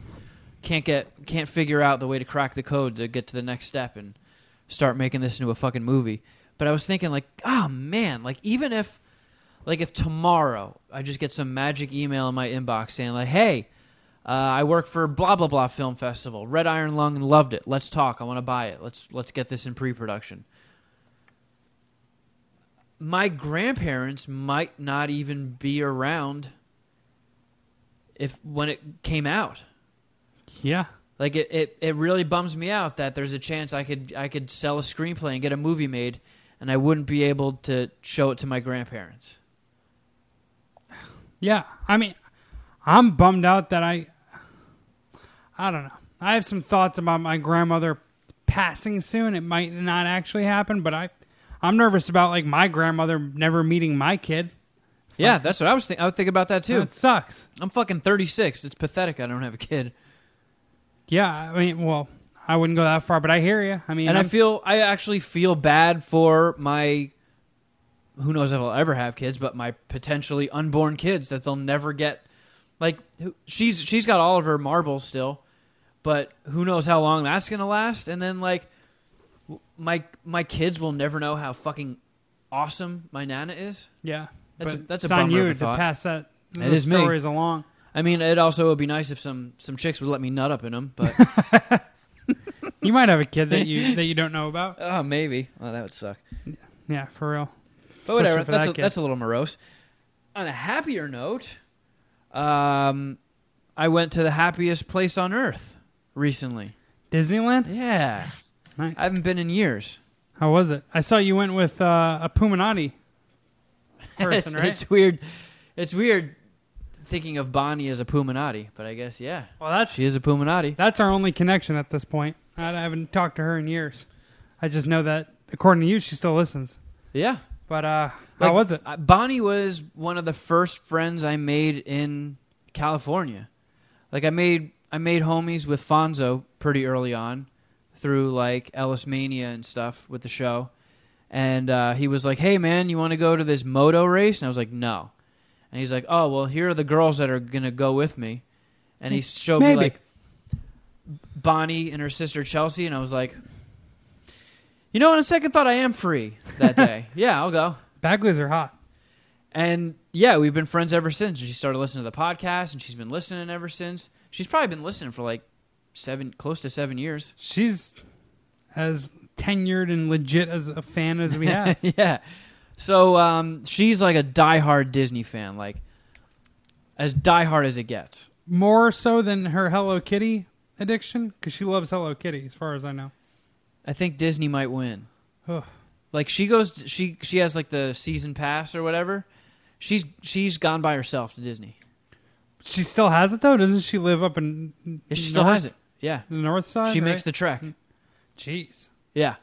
Can't get can't figure out the way to crack the code to get to the next step and start making this into a fucking movie. But I was thinking like, ah man, like even if like if tomorrow I just get some magic email in my inbox saying like, hey, uh, I work for blah blah blah film festival, Red Iron Lung and loved it. Let's talk. I want to buy it. Let's let's get this in pre-production. My grandparents might not even be around if when it came out. Yeah. Like it, it, it really bums me out that there's a chance I could I could sell a screenplay and get a movie made and I wouldn't be able to show it to my grandparents. Yeah, I mean, I'm bummed out that I, I don't know. I have some thoughts about my grandmother passing soon. It might not actually happen, but I, I'm nervous about like my grandmother never meeting my kid. Yeah, that's what I was thinking. I would think about that too. That sucks. I'm fucking 36. It's pathetic I don't have a kid. Yeah, I mean, well, I wouldn't go that far, but I hear you. I mean, And I I'm- feel I actually feel bad for my who knows if I'll ever have kids, but my potentially unborn kids that they'll never get like who- she's she's got all of her marbles still, but who knows how long that's going to last and then like w- my my kids will never know how fucking awesome my nana is. yeah, That's a- but that's a it's on bummer of you a to thought. pass that. It is me. stories along. I mean, it also would be nice if some some chicks would let me nut up in them, but You might have a kid that you that you don't know about. oh, maybe. Well, that would suck. Yeah, for real. But whatever. Especially for That's that a, kid. that's a little morose. On a happier note, um, I went to the happiest place on earth recently. Disneyland. Yeah, Nice. I haven't been in years. How was it? I saw you went with uh, a Puminati person, it's, right? it's weird. It's weird thinking of Bonnie as a Puminati, but I guess yeah, well, that's she is a Puminati. that's our only connection at this point. I I haven't talked to her in years. I just know that according to you, she still listens. Yeah. But uh, Like, how was it? uh, Bonnie was one of the first friends I made in California. Like I made I made homies with Fonzo pretty early on through like Ellis Mania and stuff with the show. And uh, he was like, "Hey man, you want to go to this moto race?" And I was like, "No." And he's like, "Oh well, here are the girls that are gonna go with me." And he showed Maybe. me like Bonnie and her sister Chelsea, and I was like, "You know, on a second thought, I am free that day. yeah, I'll go." Bagleys are hot. And yeah, we've been friends ever since. She started listening to the podcast, and she's been listening ever since. She's probably been listening for like seven, close to seven years. She's as tenured and legit as a fan as we have. yeah. So um, she's like a diehard Disney fan, like as diehard as it gets. More so than her Hello Kitty addiction, because she loves Hello Kitty, as far as I know. I think Disney might win. Ugh. Like she goes, she she has like the season pass or whatever. She's she's gone by herself to Disney. She still has it though, doesn't she? Live up in Yeah, she still has north- it. Yeah, The north side. she makes right? the trek. jeez, Yeah,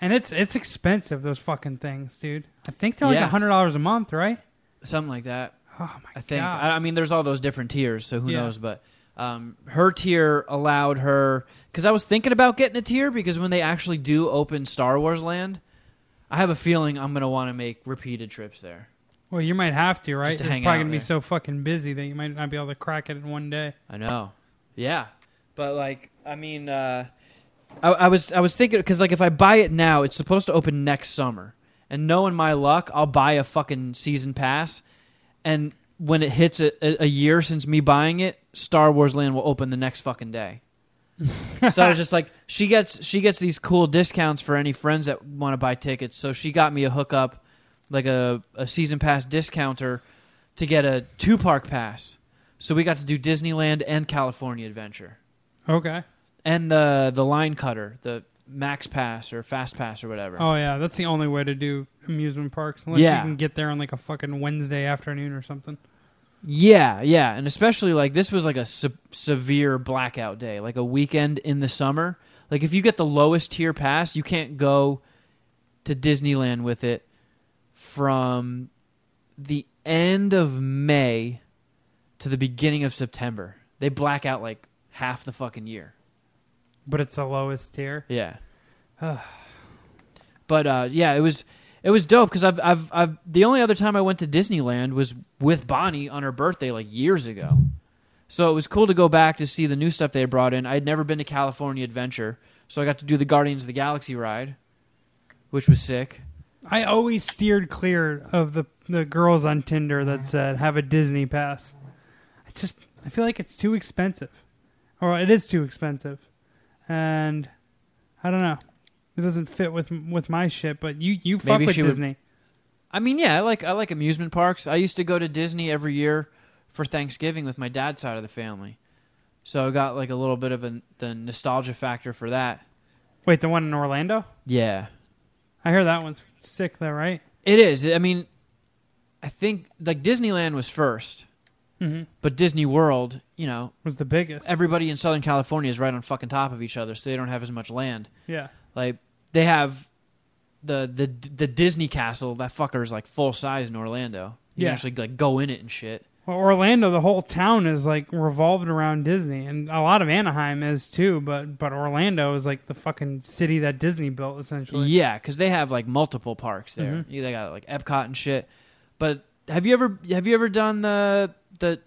and it's it's expensive those fucking things, dude. I think they're like a Yeah. hundred dollars a month, right? something like that. Oh my I think. god, I, I mean, there's all those different tiers, so who Yeah. knows? But um, her tier allowed her because I was thinking about getting a tier because when they actually do open Star Wars Land, I have a feeling I'm gonna want to make repeated trips there. Well, you might have to, right? Just to You're hang probably out gonna be there. so fucking busy that you might not be able to crack it in one day. I know. Yeah, but like, I mean, uh, I, I was I was thinking because like if I buy it now, it's supposed to open next summer, and knowing my luck, I'll buy a fucking season pass, and when it hits a, a, a year since me buying it, Star Wars Land will open the next fucking day. so I was just like, she gets she gets these cool discounts for any friends that want to buy tickets. So she got me a hookup, like a, a season pass discounter, to get a two park pass. So we got to do Disneyland and California Adventure Okay. and the the line cutter, the max pass or fast pass or whatever. Oh yeah, that's the only way to do amusement parks, unless you Yeah. can get there on like a fucking Wednesday afternoon or something. Yeah, yeah, and especially like this was like a se- severe blackout day, like a weekend in the summer. Like if you get the lowest tier pass, you can't go to Disneyland with it from the end of May to the beginning of September. They black out like half the fucking year. But it's the lowest tier. Yeah. but uh, yeah, it was it was dope because I've I've I've the only other time I went to Disneyland was with Bonnie on her birthday like years ago. So it was cool to go back to see the new stuff they had brought in. I had never been to California Adventure, so I got to do the Guardians of the Galaxy ride, which was sick. I always steered clear of the the girls on Tinder that said have a Disney pass. I just I feel like it's too expensive, or it is too expensive, and I don't know. It doesn't fit with with my shit. But you you fuck Maybe with she would- Disney. I mean, yeah, I like I like amusement parks. I used to go to Disney every year for Thanksgiving with my dad's side of the family, so I got like a little bit of a, the nostalgia factor for that. Wait, the one in Orlando? Yeah, I hear that one's sick though, right? It is. I mean, I think like Disneyland was first, Mm-hmm. but Disney World, you know, Was the biggest. everybody in Southern California is right on fucking top of each other, so they don't have as much land. yeah. Like they have the the the Disney Castle. That fucker is like full size in Orlando. You Yeah. can actually like go in it and shit. Well, Orlando, the whole town is like revolved around Disney, and a lot of Anaheim is too. But but Orlando is like the fucking city that Disney built essentially. Yeah, because they have like multiple parks there. You- They got like Epcot and shit. But have you ever have you ever done the the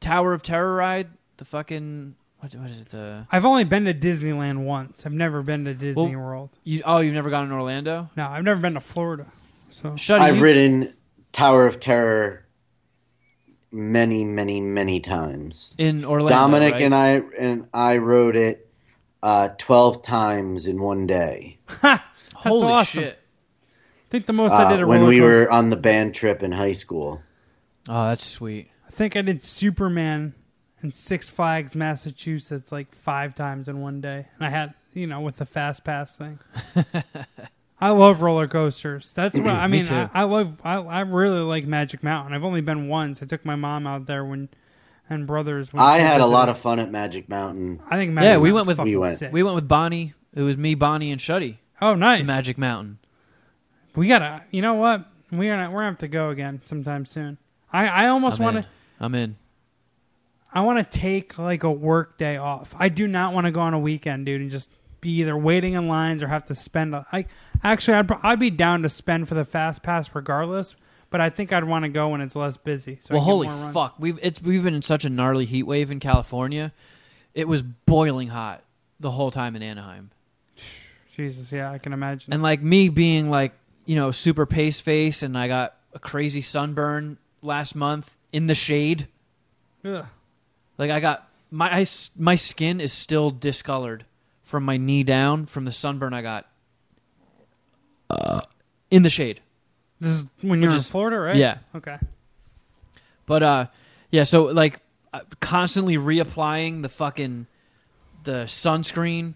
Tower of Terror ride? The fucking what what is it the I've only been to Disneyland once. I've never been to Disney World. You, oh, you've never gone in Orlando? No, I've never been to Florida. So Shut I've ridden Tower of Terror many, many, many times. in Orlando. Dominic right? and I and I wrote it uh, twelve times in one day Holy awesome. shit! I think the most I uh, did a when roller we coaster- were on the band trip in high school. Oh, that's sweet. I think I did Superman and Six Flags Massachusetts like five times in one day, and I had you know with the fast pass thing. I love roller coasters. That's what I mean. too. I, I love. I, I really like Magic Mountain. I've only been once. I took my mom out there when and brothers. When I she had a visited. lot of fun at Magic Mountain. I think Magic Yeah, we Mountain's went with- fucking We went. sick. We went with Bonnie. It was me, Bonnie, and Shuddy oh nice to Magic Mountain. We gotta. You know what? We're gonna we're gonna have to go again sometime soon. I I almost I'm want to. in. I'm in. I want to take like a work day off. I do not want to go on a weekend, dude, and just be either waiting in lines or have to spend. a- I actually, I'd, pro- I'd be down to spend for the fast pass regardless, but I think I'd want to go when it's less busy. So I well, get holy more runs. fuck, we've it's we've been in such a gnarly heat wave in California. It was boiling hot the whole time in Anaheim, Jesus, yeah, I can imagine. and like me being like you know super pace face, and I got a crazy sunburn last month in the shade. Ugh. Like I got my I s my skin is still discolored from my knee down from the sunburn I got in the shade. This is when you're is- in Florida, right? yeah. Okay. But uh, yeah. So like, uh, constantly reapplying the fucking the sunscreen.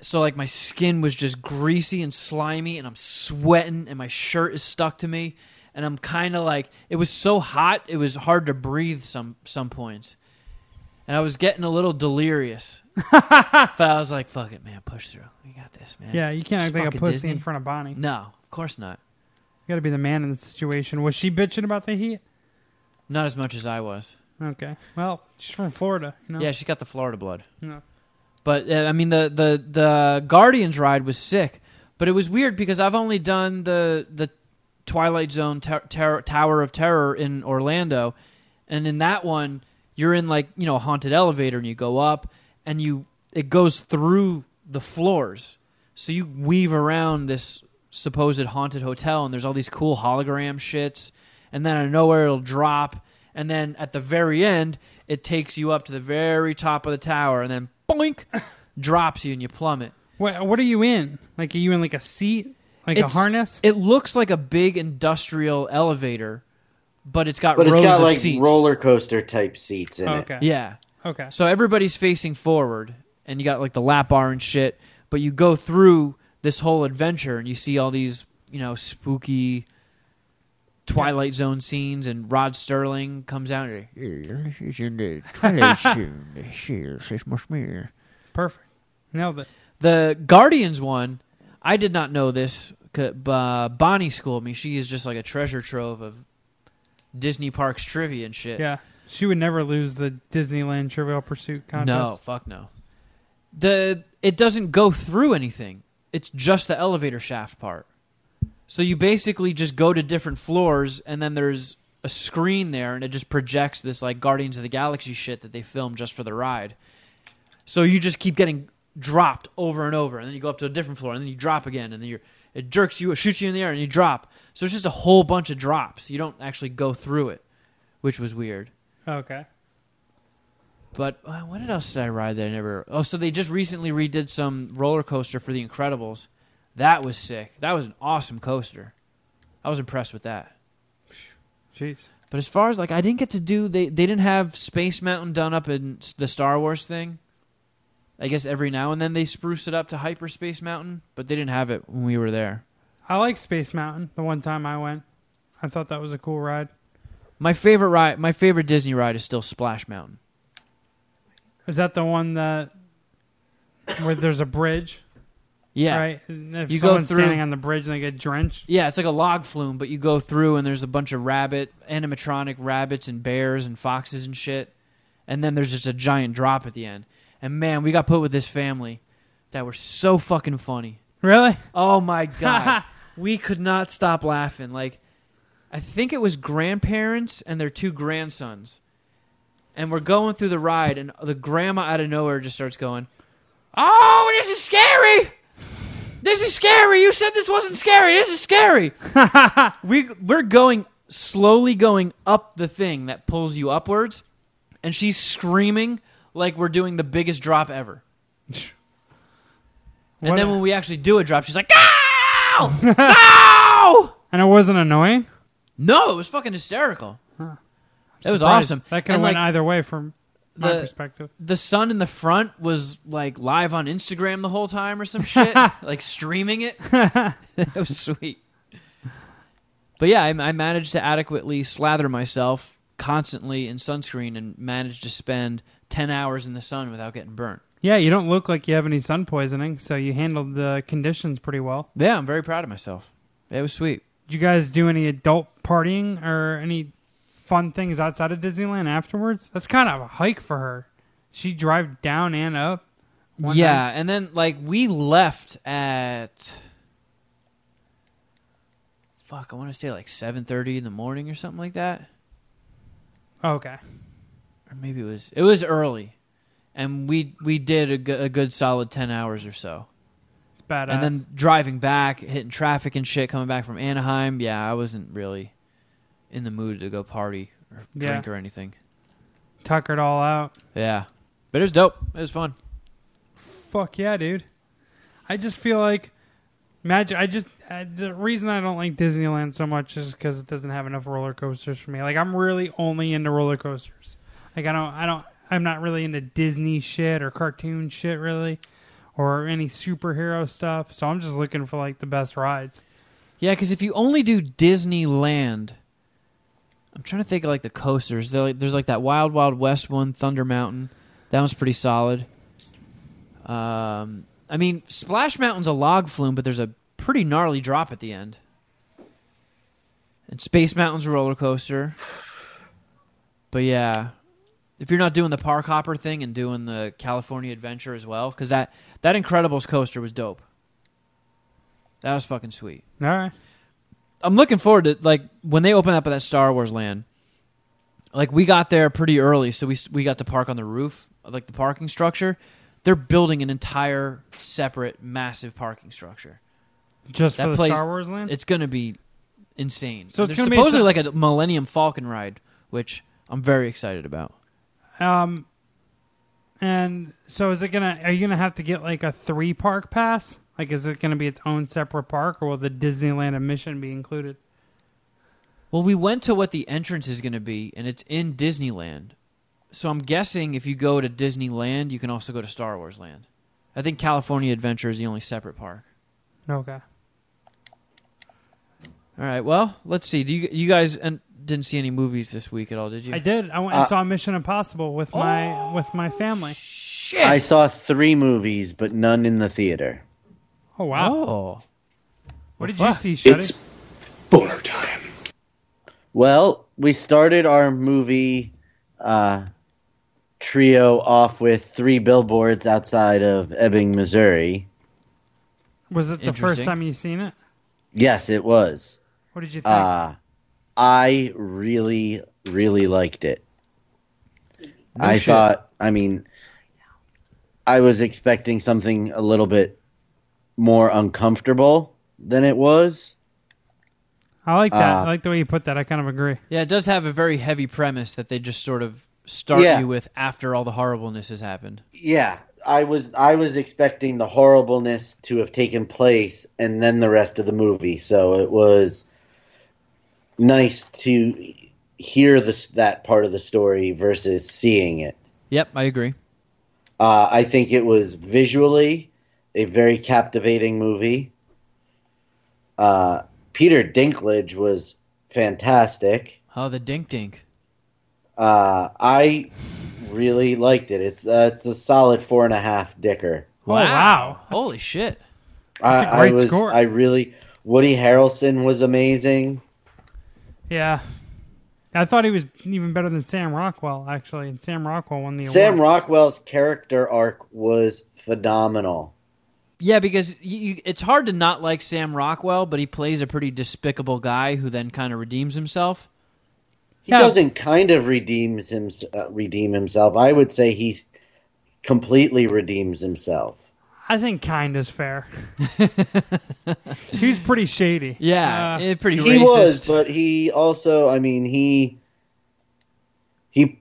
So like, my skin was just greasy and slimy, and I'm sweating, and my shirt is stuck to me, and I'm kind of like, it was so hot, it was hard to breathe some some points, and I was getting a little delirious. but I was like, fuck it, man, push through. We got this, man. Yeah, you can't act It's like a fucking pussy Disney. in front of Bonnie. You No, of course not. got to be the man in the situation. Was she bitching about the heat? Not as much as I was. Okay. Well, she's from Florida, you know. Yeah, she's got the Florida blood. No. But uh, I mean, the, the the Guardians ride was sick, but it was weird because I've only done the the Twilight Zone ter- ter- Tower of Terror in Orlando, and in that one, you're in like you know a haunted elevator and you go up and you it goes through the floors, so you weave around this supposed haunted hotel and there's all these cool hologram shits, and then out of nowhere it'll drop, and then at the very end it takes you up to the very top of the tower and then boink drops you and you plummet. What, what are you in? Like, are you in like a seat, like a It's- harness? It looks like a big industrial elevator, but it's got But rows it's got of like seats. roller coaster type seats in okay. it. Yeah. Okay. So everybody's facing forward, and you got like the lap bar and shit. But you go through this whole adventure, and you see all these, you know, spooky Twilight Zone scenes. And Rod Sterling comes out. And, Perfect. Nailed it. The Guardians one, I did not know this. 'cause, Uh, Bonnie schooled me. She is just like a treasure trove of Disney parks trivia and shit. Yeah. She would never lose the Disneyland Trivial Pursuit contest. No, fuck no. The it doesn't go through anything. It's just the elevator shaft part. So you basically just go to different floors and then there's a screen there and it just projects this like Guardians of the Galaxy shit that they filmed just for the ride. So you just keep getting dropped over and over and then you go up to a different floor and then you drop again and then you're it jerks you, it shoots you in the air and you drop. So it's just a whole bunch of drops. You don't actually go through it, which was weird. Okay. But uh, what else did I ride that I never? Oh, so they just recently redid some roller coaster for The Incredibles. That was sick. That was an awesome coaster. I was impressed with that. Jeez. But as far as like, I didn't get to do they they didn't have Space Mountain done up in s- the Star Wars thing. I guess every now and then they spruce it up to Hyperspace Mountain, but they didn't have it when we were there. I like Space Mountain. The one time I went, I thought that was a cool ride. My favorite ride, my favorite Disney ride is still Splash Mountain. Is that the one that where there's a bridge? Yeah, Right. And If You go someone's through- standing on the bridge and they get drenched. Yeah, it's like a log flume, but you go through and there's a bunch of rabbit animatronic rabbits and bears and foxes and shit. And then there's just a giant drop at the end. And man, we got put with this family that were so fucking funny. Really? Oh my god. we could not stop laughing. Like I think it was grandparents and their two grandsons. And we're going through the ride and the grandma out of nowhere just starts going, "Oh, this is scary." This is scary. You said this wasn't scary. This is scary. we we're going slowly going up the thing that pulls you upwards, and she's screaming like we're doing the biggest drop ever. And What then a- when we actually do a drop, she's like, "Ow! Ow!" And it wasn't annoying. No, it was fucking hysterical. That was Surprised. awesome. That could have And, went like, either way from my the- perspective. the son in the front was like live on Instagram the whole time or some shit, like streaming it. that was sweet. But yeah, I, I managed to adequately slather myself constantly in sunscreen and managed to spend 10 hours in the sun without getting burnt. Yeah, you don't look like you have any sun poisoning, so you handled the conditions pretty well. Yeah, I'm very proud of myself. It was sweet. Did you guys do any adult partying or any fun things outside of Disneyland afterwards? That's kind of a hike for her. She drive down and up. one yeah, night. and then like we left at fuck, I want to say like 7:30 in the morning or something like that. Oh, okay. or maybe it was it was early, and we we did a, go- a good solid ten hours or so, It's badass. and then driving back, hitting traffic and shit, coming back from Anaheim. Yeah, I wasn't really in the mood to go party or Yeah. drink or anything. tuck it all out. Yeah, but it was dope. It was fun. Fuck yeah, dude. I just feel like magic. I just uh, the reason I don't like Disneyland so much is because it doesn't have enough roller coasters for me. Like I'm really only into roller coasters. Like I don't, I don't, I'm not really into Disney shit or cartoon shit really, or any superhero stuff. So I'm just looking for like the best rides. Yeah, because if you only do Disneyland, I'm trying to think of like the coasters. They're like, there's like that Wild Wild West one, Thunder Mountain. That one's pretty solid. Um, I mean, Splash Mountain's a log flume, but there's a pretty gnarly drop at the end. And Space Mountain's a roller coaster. But yeah, if you're not doing the park hopper thing and doing the California Adventure as well, because that that Incredibles coaster was dope. That was fucking sweet. All right, I'm looking forward to like when they open up at that Star Wars land. Like we got there pretty early, so we we got to park on the roof, of, like the parking structure. They're building an entire separate massive parking structure. just That for the place- Star Wars land. It's going to be insane. So So it's it's gonna be- supposedly like a Millennium Falcon ride, which I'm very excited about. Um, and so is it gonna? Are you gonna have to get like a three park pass? Like, is it gonna be its own separate park, or will the Disneyland admission be included? Well, we went to what the entrance is going to be, and it's in Disneyland. So I'm guessing if you go to Disneyland, you can also go to Star Wars Land. I think California Adventure is the only separate park. Okay. All right. Well, let's see. Do you you guys and didn't see any movies this week at all? Did you? I did. I went Uh, and saw Mission Impossible with oh, my with my family. I saw three movies, but none in the theater. Oh wow! Oh, what did well, you fuck. see, Shuddy? It's boner time. Well, we started our movie uh, trio off with three billboards outside of Ebbing, Missouri. Was it the first Interesting. time you seen it? Yes, it was. What did you think? Uh, I really, really liked it. I shit. thought, I mean, I was expecting something a little bit more uncomfortable than it was. I like that. uh, I like the way you put that. I kind of agree. yeah. It does have a very heavy premise that they just sort of start Yeah. you with after all the horribleness has happened. yeah i was i was expecting the horribleness to have taken place and then the rest of the movie so it was nice to hear this that part of the story versus seeing it Yep, I agree. uh, i think it was visually a very captivating movie uh, peter dinklage was fantastic Oh, the dink dink. uh, i really liked it it's, uh, it's a solid four and a half dicker Oh wow! Holy shit. I, That's a great I was, score. I really. Woody Harrelson was amazing. Yeah. I thought he was even better than Sam Rockwell, actually, and Sam Rockwell won the Sam award. Rockwell's character arc was phenomenal. Yeah, because you, you, it's hard to not like Sam Rockwell, but he plays a pretty despicable guy who then kind of redeems himself. He Yeah. doesn't kind of redeems him, uh, redeem himself. I would say he completely redeems himself. I think kind is fair. He's pretty shady. Yeah, Uh, eh, pretty he racist. was, but he also, I mean, he he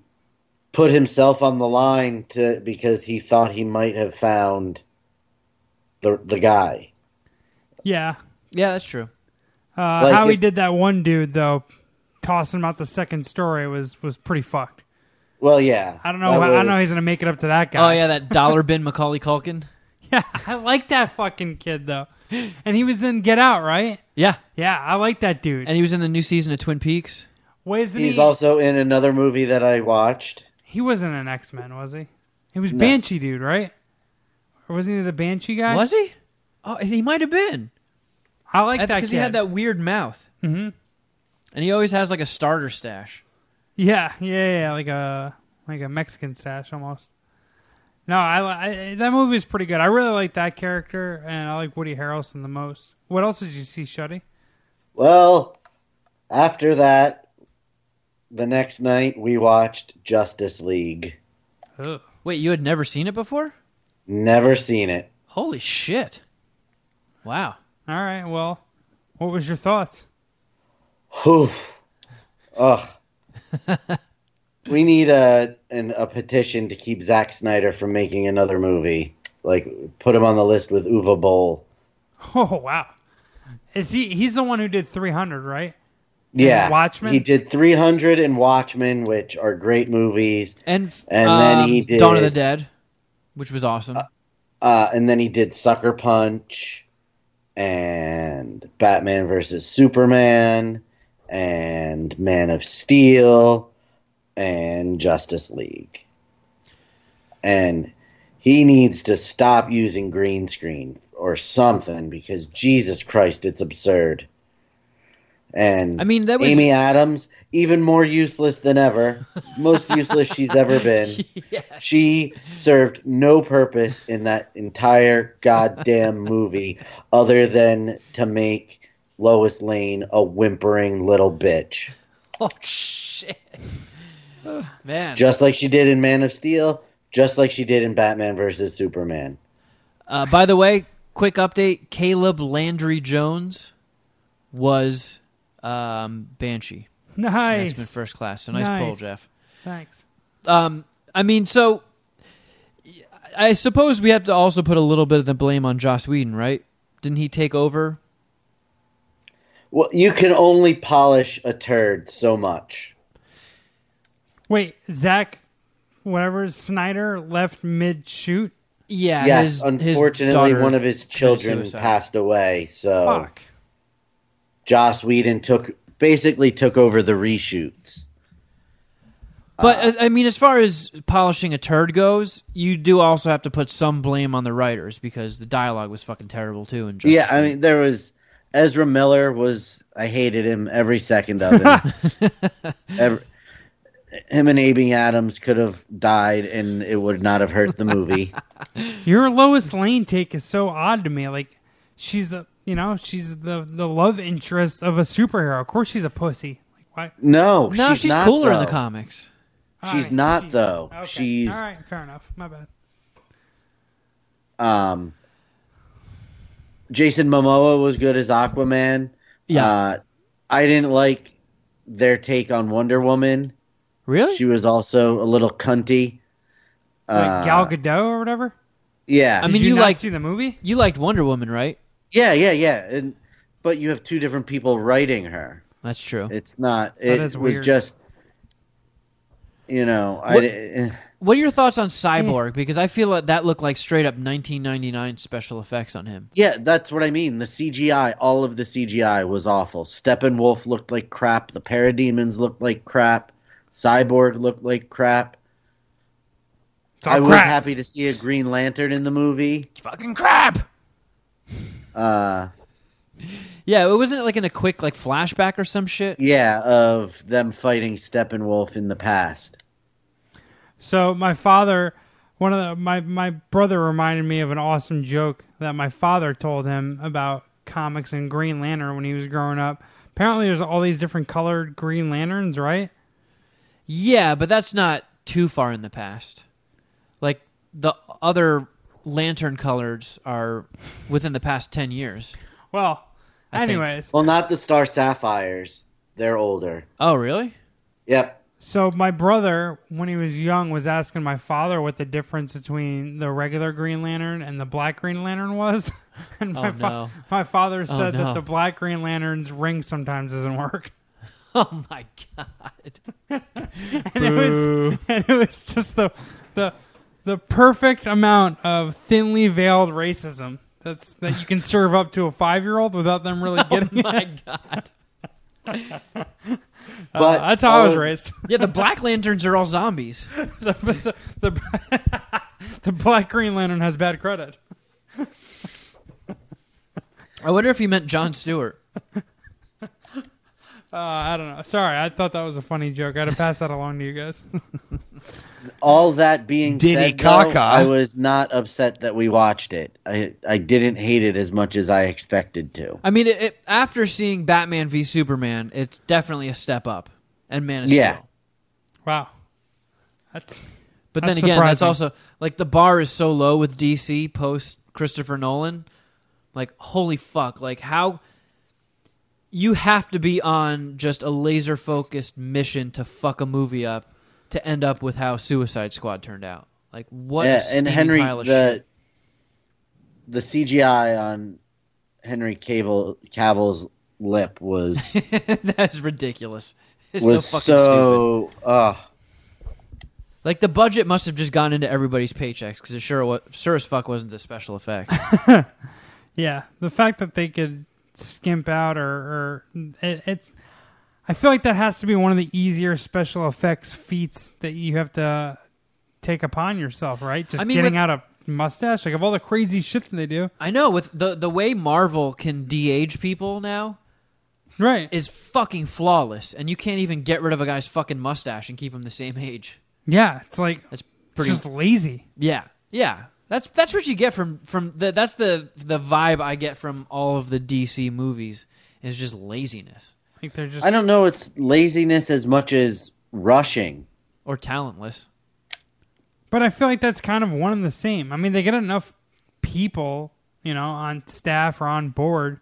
put himself on the line to because he thought he might have found the the guy. yeah. yeah, that's true. Uh, Like how he if- did that one dude though, tossing him out the second story was was pretty fucked. Well, yeah. I don't know. that I don't was- know. how He's gonna make it up to that guy. Oh yeah, that dollar bin Macaulay Culkin. yeah. I like that fucking kid though, and he was in Get Out, right? Yeah, Yeah, I like that dude. and he was in the new season of Twin Peaks. Wasn't He's he? also in another movie that I watched. he wasn't an X Men, was he? He was Banshee dude, right? Or wasn't he the Banshee guy? Was he? Oh, he might have been I like that because he kid. had that weird mouth, Mhm. and he always has like a starter stash. Yeah, yeah, yeah, like a like a Mexican stash almost. No, I, li- I that movie is pretty good. I really like that character, and I like Woody Harrelson the most. What else did you see, Shuddy? Well, after that, the next night we watched Justice League. Ugh. Wait, you had never seen it before? Never seen it. Holy shit! Wow. All right, well, what was your thoughts? Whew. Ugh. we need a an, a petition to keep Zack Snyder from making another movie. Like put him on the list with Uva Boll. Oh wow, is he? He's the one who did three hundred, right? Yeah, Watchmen? He did 300 and Watchmen, which are great movies. And f- And then um, he did- Dawn of the Dead, which was awesome. Uh, and then he did Sucker Punch and Batman versus Superman and Man of Steel and Justice League. And he needs to stop using green screen or something because Jesus Christ, it's absurd. And I mean, that was- Amy Adams, even more useless than ever, most useless she's ever been. She served no purpose in that entire goddamn movie other than to make Lois Lane a whimpering little bitch. oh shit, man. Just like she did in Man of Steel, just like she did in Batman versus Superman. Uh, by the way, quick update: Caleb Landry Jones was um, Banshee in Nice, X-Men First Class. So nice, Nice. poll, Jeff. thanks. Um, I mean, so I suppose we have to also put a little bit of the blame on Joss Whedon, right? Didn't he take over? Well, you can only polish a turd so much. Wait, Zach, whatever Snyder left mid shoot. Yeah. yes, his- his unfortunately, daughter one of his children suicide. passed away, so Fuck. Joss Whedon took basically took over the reshoots. uh, But as, I mean, as far as polishing a turd goes, you do also have to put some blame on the writers because the dialogue was fucking terrible too. And Yeah, I mean there was Ezra Miller was I hated him every second of him. Every- him and Amy Adams could have died and it would not have hurt the movie. Your Lois Lane take is so odd to me. Like she's a, you know, she's the the love interest of a superhero. Of course she's a pussy. Like why? No, no, she's, not, cooler in the though. comics. She's Alright, not she- though. okay. She's all right. Fair enough. My bad. um Jason Momoa was good as Aquaman. Yeah, Uh, I didn't like their take on Wonder Woman. really? She was also a little cunty. Like Uh, Gal Gadot or whatever. yeah. I mean, Did you, you not like- see the movie? you liked Wonder Woman, right? Yeah, yeah, yeah. And but you have two different people writing her. That's true. It's not. That It is was weird. just. You know, I What- di- eh. What are your thoughts on Cyborg? Because I feel like that looked like straight up 1999 special effects on him. yeah, that's what I mean. The CGI, all of the CGI was awful. Steppenwolf looked like crap. The Parademons looked like crap. Cyborg looked like crap. It's all I was crap. happy to see a Green Lantern in the movie. Fucking crap! Uh, Yeah, it wasn't like in a quick like flashback or some shit. yeah, of them fighting Steppenwolf in the past. So my father, one of the, my my brother reminded me of an awesome joke that my father told him about comics and Green Lantern when he was growing up. Apparently, there's all these different colored Green Lanterns, right? Yeah, but that's not too far in the past. Like the other lantern colors are within the past 10 years. Well, I think. anyways, Well, not the Star Sapphires. They're older. Oh, really? Yep. so my brother, when he was young, was asking my father what the difference between the regular Green Lantern and the black Green Lantern was, and my, Oh, fa- no. Oh, my father said no. that the black Green Lantern's ring sometimes doesn't work. Oh my god. and it was and it was just the the the perfect amount of thinly veiled racism that's that you can serve up to a five year old without them really getting it. My god. But Uh, That's how I was all- raised. Yeah, the Black Lanterns are all zombies. the, the, the, the black Green Lantern has bad credit. I wonder if he meant John Stewart. Uh, I don't know. Sorry, I thought that was a funny joke. I had to pass that along to you guys. All that being Diddy said, though, Kaka. I was not upset that we watched it. I I didn't hate it as much as I expected to. I mean, it, it, after seeing Batman v Superman, it's definitely a step up. And Man of Yeah. Steel. Wow, that's But That's then again, that's surprising. also like the bar is so low with DC post Christopher Nolan. Like holy fuck, like how you have to be on just a laser focused mission to fuck a movie up to end up with how Suicide Squad turned out. Like what yeah, a and steamy Henry pile of the shit. the CGI on Henry Cable Cavill's lip was That's ridiculous. It's so was fucking stupid. so. uh, ugh. Like the budget must have just gone into everybody's paychecks because it sure was, sure as fuck wasn't the special effects. Yeah, the fact that they could skimp out or, or it, it's, I feel like that has to be one of the easier special effects feats that you have to take upon yourself, right? Just I mean, getting with- out a mustache, like of all the crazy shit that they do, I know with the the way Marvel can de-age people now. right? is fucking flawless, and you can't even get rid of a guy's fucking mustache and keep him the same age. yeah, it's like That's it's pretty. just lazy. yeah, yeah. That's that's what you get from from the, that's the the vibe I get from all of the DC movies is just laziness Like they're just I don't know. It's laziness as much as rushing. or talentless. But I feel like that's kind of one and the same. I mean, they get enough people, you know, on staff or on board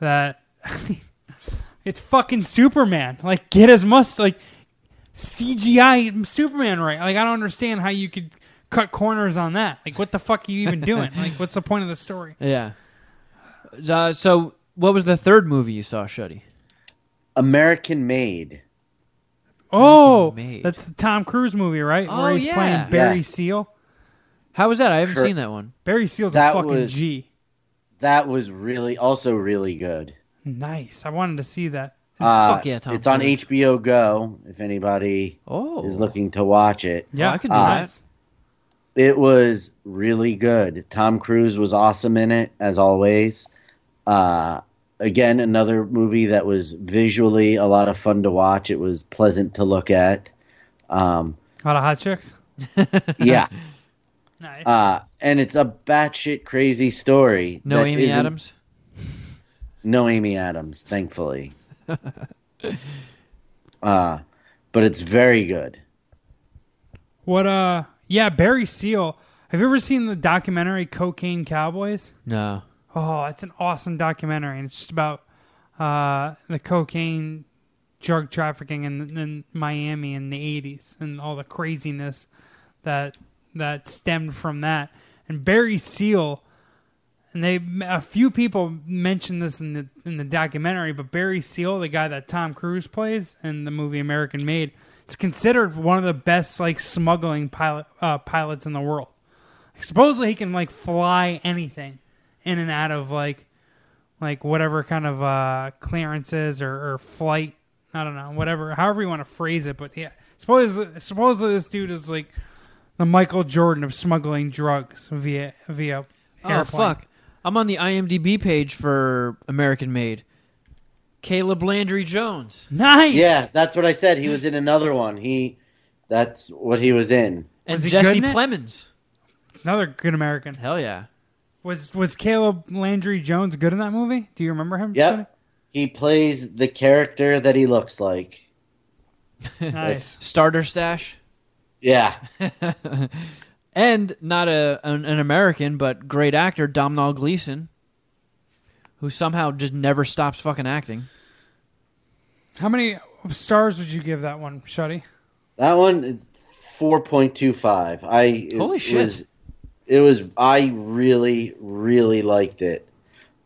that it's fucking Superman. Like, get as much like CGI Superman right. Like, I don't understand how you could cut corners on that. Like, what the fuck are you even doing? like, what's the point of the story? Yeah. Uh, so, what was the third movie you saw, Shuddy? American Made. Oh, Made. that's the Tom Cruise movie, right? Oh, Where he's yeah. playing Barry Yes. Seal. How was that? I haven't Sure. seen that one. Barry Seal's That a fucking was- G. That was really also really good. Nice. I wanted to see that. Uh, Fuck yeah, Tom It's on Cruise. HBO Go if anybody Oh, is looking to watch it. Yeah, Uh, I can do Ah. that. It was really good. Tom Cruise was awesome in it as always. Uh, again, another movie that was visually a lot of fun to watch. It was pleasant to look at. Um, A lot of hot chicks. yeah, Nice. uh, and it's a batshit crazy story. No that Amy isn't- Adams. No Amy Adams, thankfully. uh, but it's very good. What uh yeah, Barry Seal. Have you ever seen the documentary Cocaine Cowboys? No. Oh, it's an awesome documentary and it's just about uh the cocaine drug trafficking in, in Miami in the 80s and all the craziness that that stemmed from that. And Barry Seal and they a few people mentioned this in the in the documentary, but Barry Seal, the guy that Tom Cruise plays in the movie American Made, is considered one of the best like smuggling pilot uh, pilots in the world. Supposedly he can like fly anything in and out of like like whatever kind of uh clearances or, or flight I don't know whatever however you want to phrase it, but yeah, supposedly supposedly this dude is like the Michael Jordan of smuggling drugs via via Oh airplane. fuck! I'm on the IMDb page for American Made. Caleb Landry Jones, Nice. Yeah, that's what I said. He was in another one. He, that's what he was in. and Was he good Jesse in it? Plemons. Another good American. Hell yeah! Was was Caleb Landry Jones good in that movie? Do you remember him? Yep, he plays the character that he looks like. Sonny? Nice. It's- Starter stash. yeah, and not a an, an American, but great actor Domhnall Gleeson, who somehow just never stops fucking acting. How many stars would you give that one, Shuddy? That one is 4.25. I it Holy shit. Was, it was I really really liked it.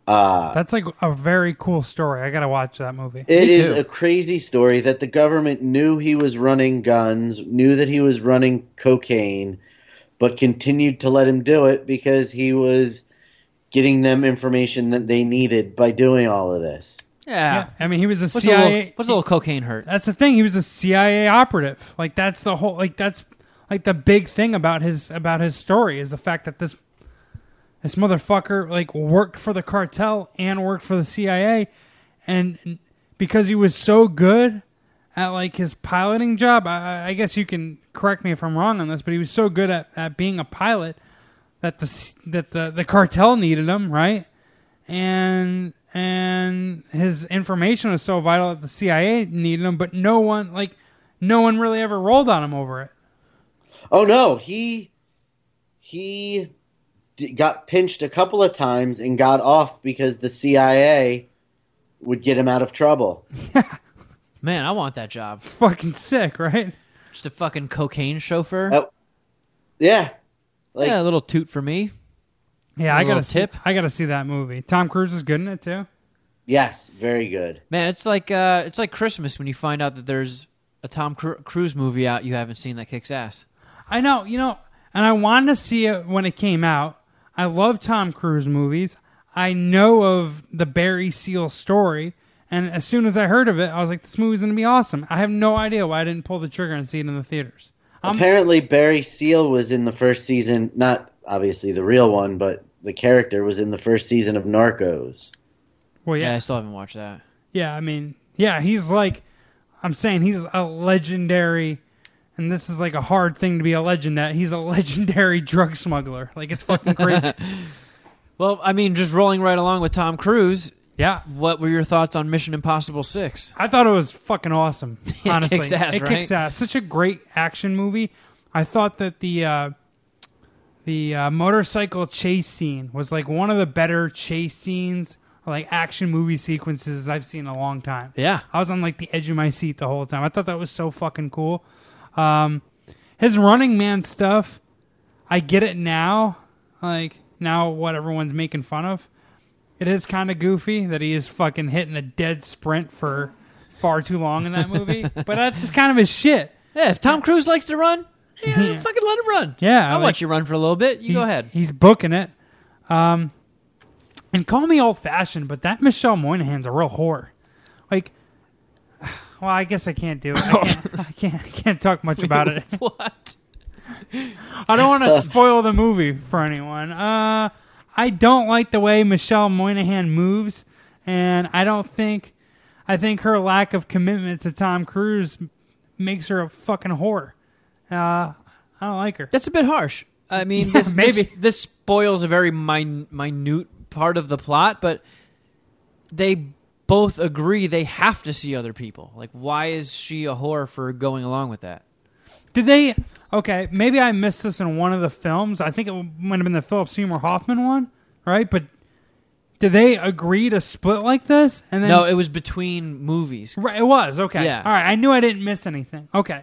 Uh That's like a very cool story. I gotta watch that movie. It Me is too. a crazy story that the government knew he was running guns, knew that he was running cocaine, but continued to let him do it because he was getting them information that they needed by doing all of this. Yeah. Yeah, I mean, he was a What's, a CIA. little, what's a little cocaine hurt? that's the thing. He was a CIA operative. Like that's the whole. Like that's like the big thing about his about his story is the fact that this this motherfucker like worked for the cartel and worked for the CIA, and because he was so good at like his piloting job, I, I- I guess you can correct me if I'm wrong on this, but he was so good at, at being a pilot that the s- that the the cartel needed him, right? and and his information was so vital that the CIA needed him, but no one like no one really ever rolled on him over it. Oh no, he he d- got pinched a couple of times and got off because the CIA would get him out of trouble. Man, I want that job. Fucking sick, right? Just a fucking cocaine chauffeur. Uh, Yeah. Like yeah, a little toot for me. Yeah, I Little gotta see- tip. I gotta see that movie. Tom Cruise is good in it too. yes, very good. Man, it's like uh, it's like Christmas when you find out that there's a Tom Cru- Cruise movie out you haven't seen that kicks ass. I know, you know, and I wanted to see it when it came out. I love Tom Cruise movies. I know of the Barry Seal story, and as soon as I heard of it, I was like, "This movie's gonna be awesome." I have no idea why I didn't pull the trigger and see it in the theaters. Uh, I'm Apparently, Barry Seal was in the first season, not obviously the real one, but the character was in the first season of Narcos. well, Yeah. yeah, I still haven't watched that. Yeah, I mean, yeah, he's like, I'm saying he's a legendary, and this is like a hard thing to be a legend at. He's a legendary drug smuggler. Like it's fucking crazy. Well, I mean, just rolling right along with Tom Cruise. yeah, What were your thoughts on Mission Impossible Six? I thought it was fucking awesome. It Honestly, kicks ass, it right? kicks ass. Such a great action movie. I thought that the uh, the uh, motorcycle chase scene was like one of the better chase scenes, or like action movie sequences I've seen in a long time. Yeah, I was on like the edge of my seat the whole time. I thought that was so fucking cool. Um, his running man stuff, I get it now. Like now, what everyone's making fun of, it is kind of goofy that he is fucking hitting a dead sprint for far too long in that movie. but that's just kind of his shit. yeah. If Tom Cruise likes to run, yeah, fucking let him run. Yeah, I'll like- watch you run for a little bit. You go He- ahead. He's booking it. Um, and call me old fashioned, but that Michelle Moynihan's a real whore. Like, well, I guess I can't do it. I can't. I can't, I can't talk much about it. What? I don't want to spoil the movie for anyone. Uh, I don't like the way Michelle Moynihan moves, and I don't think, I think her lack of commitment to Tom Cruise makes her a fucking whore. Uh, I don't like her. That's a bit harsh. I mean, this, maybe. this this spoils a very min- minute part of the plot, but they both agree they have to see other people. Like, why is she a whore for going along with that? Did they? Okay, maybe I missed this in one of the films. I think it might have been the Philip Seymour Hoffman one, right? But did they agree to split like this? And then No, it was between movies. Right, it was okay. Yeah. All right, I knew I didn't miss anything. Okay,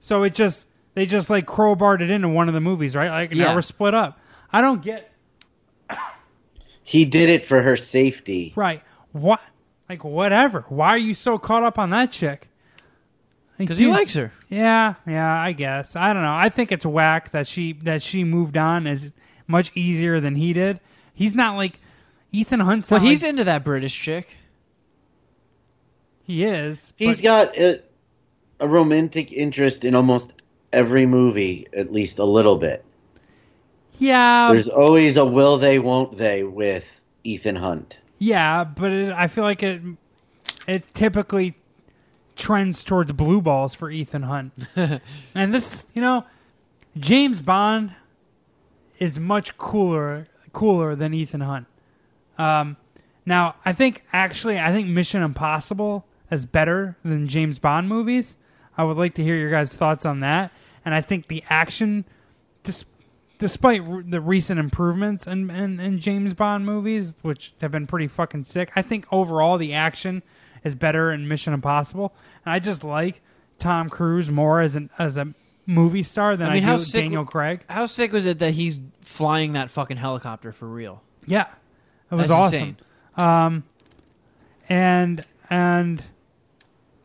so it just they just like crowbarred it into one of the movies, right? Like now Yeah. we're split up. I don't get He did it for her safety. right. What? Like whatever. Why are you so caught up on that chick? Like, Because he dude- likes her. Yeah, yeah. I guess I don't know. I think it's whack that she that she moved on is much easier than he did. He's not like Ethan Hunt's. But not he's like- into that British chick. he is. He's but- got a, a romantic interest in almost every movie, at least a little bit. yeah. There's always a will they, won't they with Ethan Hunt. Yeah, but it, I feel like it it typically trends towards blue balls for Ethan Hunt. and this, you know, James Bond is much cooler cooler than Ethan Hunt. Um, now, I think actually, I think Mission Impossible is better than James Bond movies. I would like to hear your guys' thoughts on that. And I think the action, just despite r- the recent improvements in, in, in James Bond movies, which have been pretty fucking sick, I think overall the action is better in Mission Impossible. And I just like Tom Cruise more as an as a movie star than I, I mean, do how sick Daniel w- Craig. How sick was it that he's flying that fucking helicopter for real? Yeah, it was That's awesome. insane. Um, and and,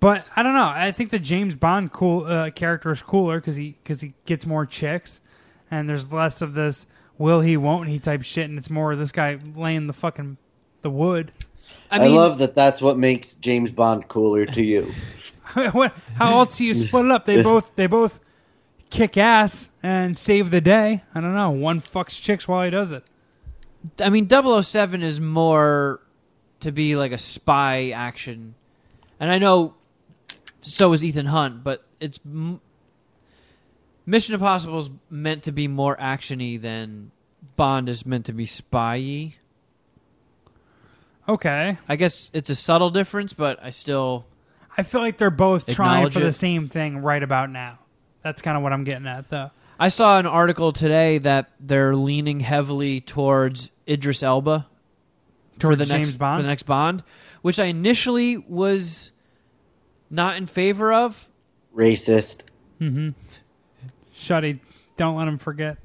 but I don't know. I think the James Bond cool uh, character is cooler because he because he gets more chicks, and there's less of this will he won't he type shit, and it's more of this guy laying the fucking the wood. I I, mean, love that. That's what makes James Bond cooler to you. What- How else do you split it up? They both they both kick ass and save the day. I don't know. One fucks chicks while he does it. I mean, 007 is more to be like a spy action, and I know so is Ethan Hunt, but it's m- Mission Impossible is meant to be more actiony than Bond is meant to be spy-y. Okay. I guess it's a subtle difference, but I still I feel like they're both trying Acknowledge for the it. same thing right about now. That's kind of what I'm getting at, though. I saw an article today that they're leaning heavily towards Idris Elba for Towards the James next Bond? for the next Bond, which I initially was not in favor of. Racist. Shuddy, don't let him forget.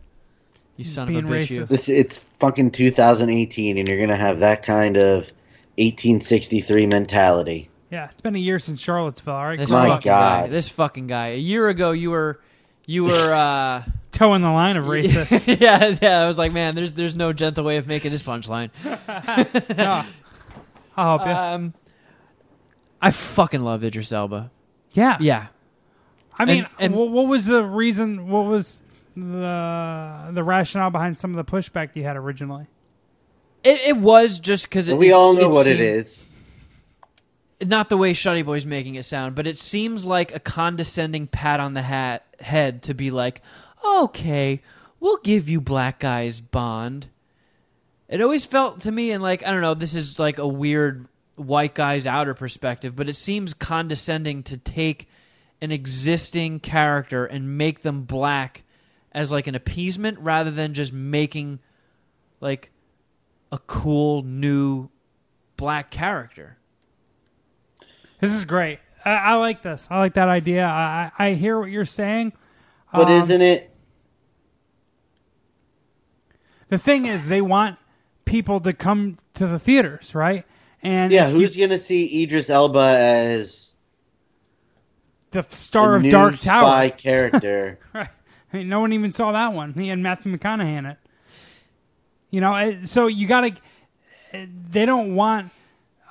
You son of Being a bitch! racist. You. This it's fucking 2018, and you're gonna have that kind of 1863 mentality. Yeah, it's been a year since Charlottesville. All right, This grow My fucking up. God. guy. This fucking guy. A year ago, you were, you were. uh toeing the line of racist. Yeah, yeah. I was like, man, there's there's no gentle way of making this punchline. I'll help you. Um, I fucking love Idris Elba. yeah, Yeah, I mean, and- wha- what, was the reason? What was the the rationale behind some of the pushback you had originally? it it was just because We all know what it is. not the way Shuddy Boy's making it sound, but it seems like a condescending pat on the hat head to be like, okay, we'll give you black guys Bond. It always felt to me, and like I don't know, this is like a weird white guy's outer perspective, but it seems condescending to take an existing character and make them black as like an appeasement rather than just making like a cool new black character. This is great. I, I like this. I like that idea. I, I I hear what you're saying. But Um, isn't it? The thing is, they want people to come to the theaters, right? And Yeah, if who's gonna see Idris Elba as the a star of new Dark Tower? spy character? Right. I mean, no one even saw that one. He had Matthew McConaughey in it. You know, eh, so you got to. They don't want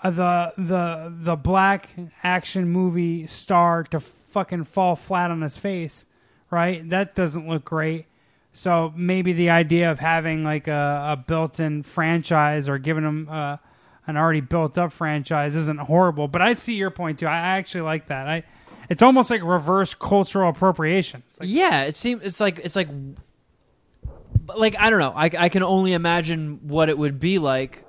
uh, the the the black action movie star to fucking fall flat on his face, right? That doesn't look great. So maybe the idea of having like a, a built-in franchise or giving them uh, an already built-up franchise isn't horrible. But I see your point too. I I actually like that. I it's almost like reverse cultural appropriation. It's like, yeah it seems it's like it's like but, like i don't know I, I can only imagine what it would be like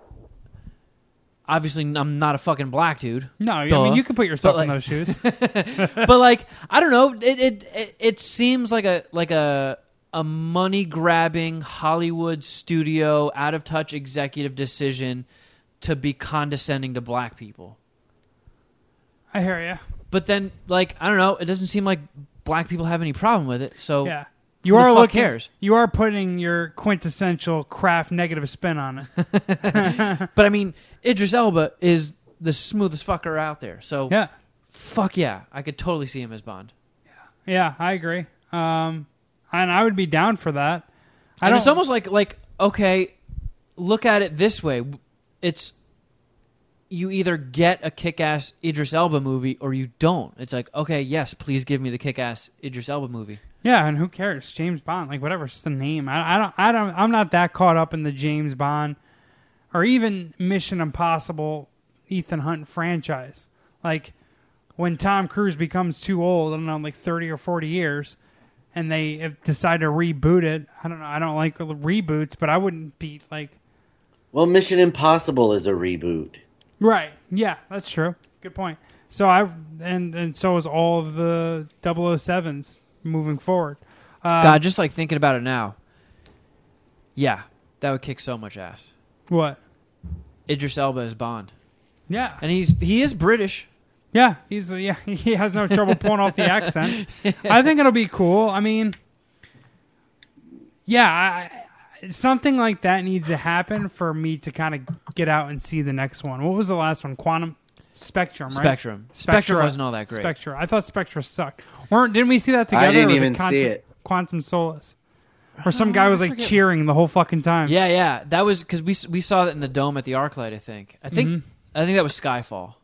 obviously i'm not a fucking black dude No, I Duh. mean you could put yourself But, in like- those shoes. but like i don't know it it it, it seems like a like a a money grabbing hollywood studio out of touch executive decision to be condescending to black people I hear you. but then like i don't know it doesn't seem like black people have any problem with it so Yeah, you Oh, Who the are fuck looking. cares? You are putting your quintessential craft negative spin on Oh. it. But I mean, Idris Elba is the smoothest fucker out there. So yeah, fuck yeah, I could totally see him as Bond. yeah, I agree. Um, and I would be down for that. I and don't. it's almost like like okay, look at it this way. It's you either get a kick-ass Idris Elba movie or you don't. It's like okay, yes, please give me the kick-ass Idris Elba movie. yeah, and who cares? James Bond, like whatever, it's the name. I, I don't. I don't. I'm not that caught up in the James Bond or even Mission Impossible Ethan Hunt franchise. Like when Tom Cruise becomes too old, I don't know, like thirty or forty years, and they have- decide to reboot it. I don't know. I don't like reboots, but I wouldn't be like, well, Mission Impossible is a reboot. right? Yeah, that's true. Good point. So I and and so is all of the 007s moving forward. Uh, God, just like thinking about it now. Yeah, that would kick so much ass. What? Idris Elba is Bond, Yeah. and he's he is British. Yeah, he's uh, yeah, he has no trouble pulling off the accent. I think it'll be cool. I mean, yeah, I, I- something like that needs to happen for me to kind of get out and see the next one. What was the last one? Quantum Spectrum, right? Spectrum. Spectrum wasn't all that great. Spectra. I thought Spectra sucked. Weren't didn't we see that together? I didn't Or was even see Quantum, it. Quantum Solace. Or some guy was like cheering the whole fucking time. Oh, Yeah, yeah, that was because we s- we saw that in the dome at the ArcLight. I think. I think. Mm-hmm. I think that was Skyfall.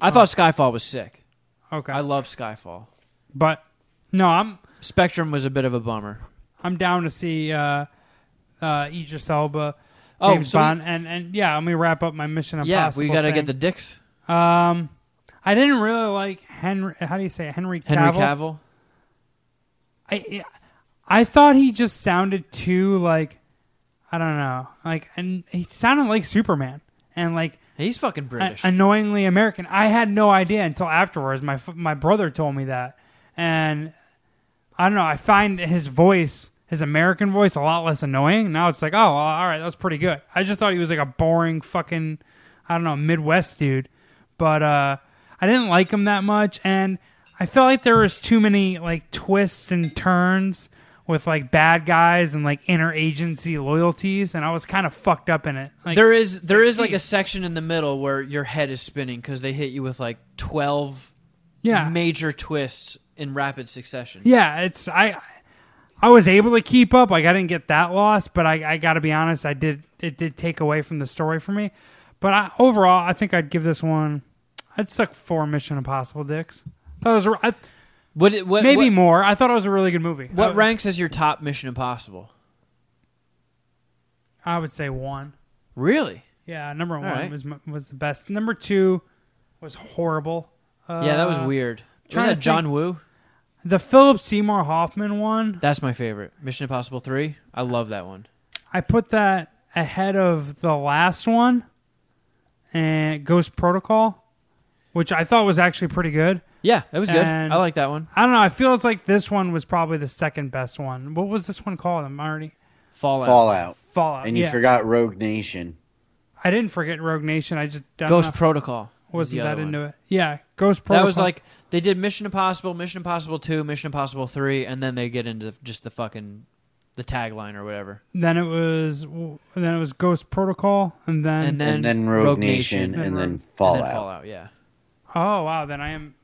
I thought Oh. Skyfall was sick. Okay. I love Skyfall. but no, I'm Spectrum was a bit of a bummer. I'm down to see uh, uh, Idris Elba, Oh, James so we- Bond, and and yeah, let me wrap up my Mission Impossible. yeah, we got to get the thing. dicks. Um, I didn't really like Henry. How do you say it? Henry Cavill? Henry Cavill. I I thought he just sounded too like I don't know, like and he sounded like Superman and like He's fucking a- British. annoyingly American. I had no idea until afterwards. My f- my brother told me that, and I don't know. I find his voice, his American voice, a lot less annoying. Now it's like, oh, well, all right, that's pretty good. I just thought he was like a boring fucking, I don't know, Midwest dude. But uh, I didn't like him that much, and I felt like there was too many like twists and turns with like bad guys and like interagency loyalties, and I was kind of fucked up in it. Like, there is there is like a geez. section in the middle where your head is spinning because they hit you with like twelve yeah, major twists in rapid succession. yeah it's i i was able to keep up like i didn't get that lost but i i gotta be honest i did it did take away from the story for me but I, overall i think i'd give this one i'd suck four mission impossible dicks that was a- I, What, it- what maybe what, more i thought it was a really good movie I, what would- ranks as your top Mission Impossible? i would say one Really? yeah number one right. was m- was the best number two was horrible uh, yeah, that was weird. Was trying to that John Woo? the philip seymour hoffman one That's my favorite. Mission Impossible Three. I love that one. I put that ahead of the last one and Ghost Protocol, which I thought was actually pretty good. Yeah, that was good. And- I like that one. I don't know. I feel it's like this one was probably the second best one. What was this one called? I'm already Fallout. Fallout, Fallout. and you yeah. forgot Rogue Nation. I didn't forget Rogue Nation. I just don't Ghost know. Protocol. was wasn't the that other one. into it. Yeah, Ghost Protocol. That was like they did Mission Impossible, Mission Impossible Two, Mission Impossible Three, and then they get into just the fucking the tagline or whatever. then it was then it was Ghost Protocol, and then, And then And then Rogue, and Nation, and Rogue- then and Fallout. then Fallout. Yeah, oh wow, then I am.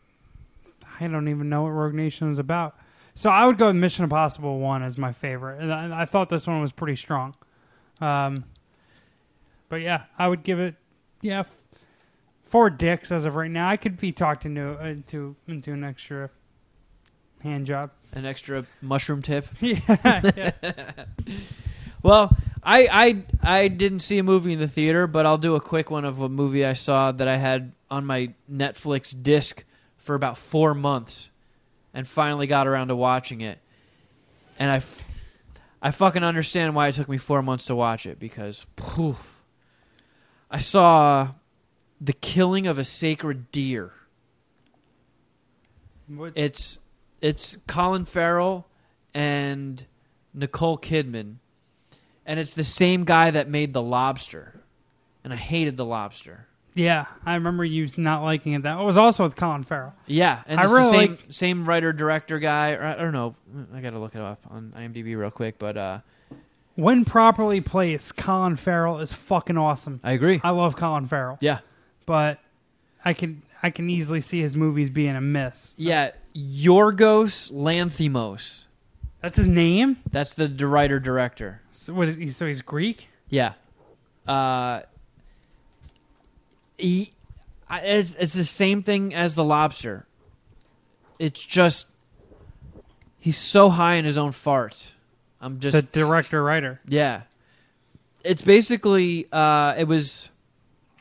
I don't even know what Rogue Nation is about. So I would go with Mission Impossible One as my favorite, and I, I thought this one was pretty strong. Um, but yeah, I would give it yeah f- four dicks as of right now. I could be talked into into into an extra hand job. an extra mushroom tip. yeah, yeah. Well, I I I didn't see a movie in the theater, but I'll do a quick one of a movie I saw that I had on my Netflix disc for about four months, and finally got around to watching it, and I. F- I fucking understand why it took me four months to watch it because, poof, I saw the killing of a sacred deer. What- It's it's Colin Farrell and Nicole Kidman, and it's the same guy that made The Lobster, and I hated The Lobster. yeah. I remember you not liking it. That it was also with Colin Farrell. Yeah, and I it's the really same like- same writer director guy. Or I I don't know. I gotta look it up on IMDb real quick, but uh, When properly placed, Colin Farrell is fucking awesome. I agree. I love Colin Farrell, yeah, but I can I can easily see his movies being a miss. yeah. Yorgos Lanthimos. That's his name. That's the d- writer director. So, what is he, so he's Greek. Yeah. Uh, he, I- it's it's the same thing as the lobster. It's just he's so high in his own farts. I'm just The director writer. yeah. It's basically uh, it was,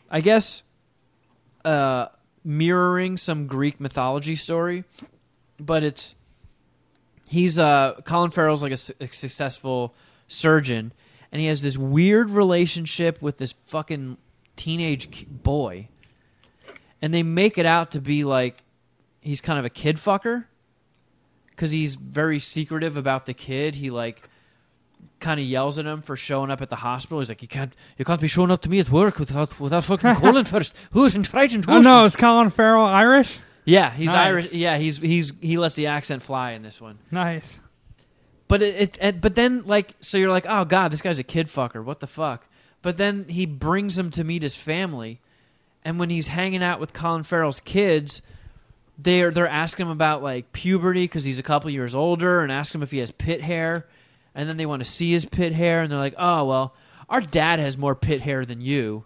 I guess, uh, mirroring some Greek mythology story, but it's he's uh, Colin Farrell's like a, su- a successful surgeon, and he has this weird relationship with this fucking teenage k- boy, and they make it out to be like he's kind of a kid fucker because he's very secretive about the kid. He like kind of yells at him for showing up at the hospital. He's like, "You can't, you can't be showing up to me at work without without fucking calling first. Who's and frightened? Oh Who's no, is Colin Farrell Irish? yeah, he's Nice. Irish. Yeah, he's he's he lets the accent fly in this one. Nice. But it, it, it but then like so you're like, oh god, this guy's a kid fucker. What the fuck? But then he brings him to meet his family, and when he's hanging out with Colin Farrell's kids, they're they're asking him about like puberty because he's a couple years older, and ask him if he has pit hair, and then they want to see his pit hair, and they're like, oh well, our dad has more pit hair than you.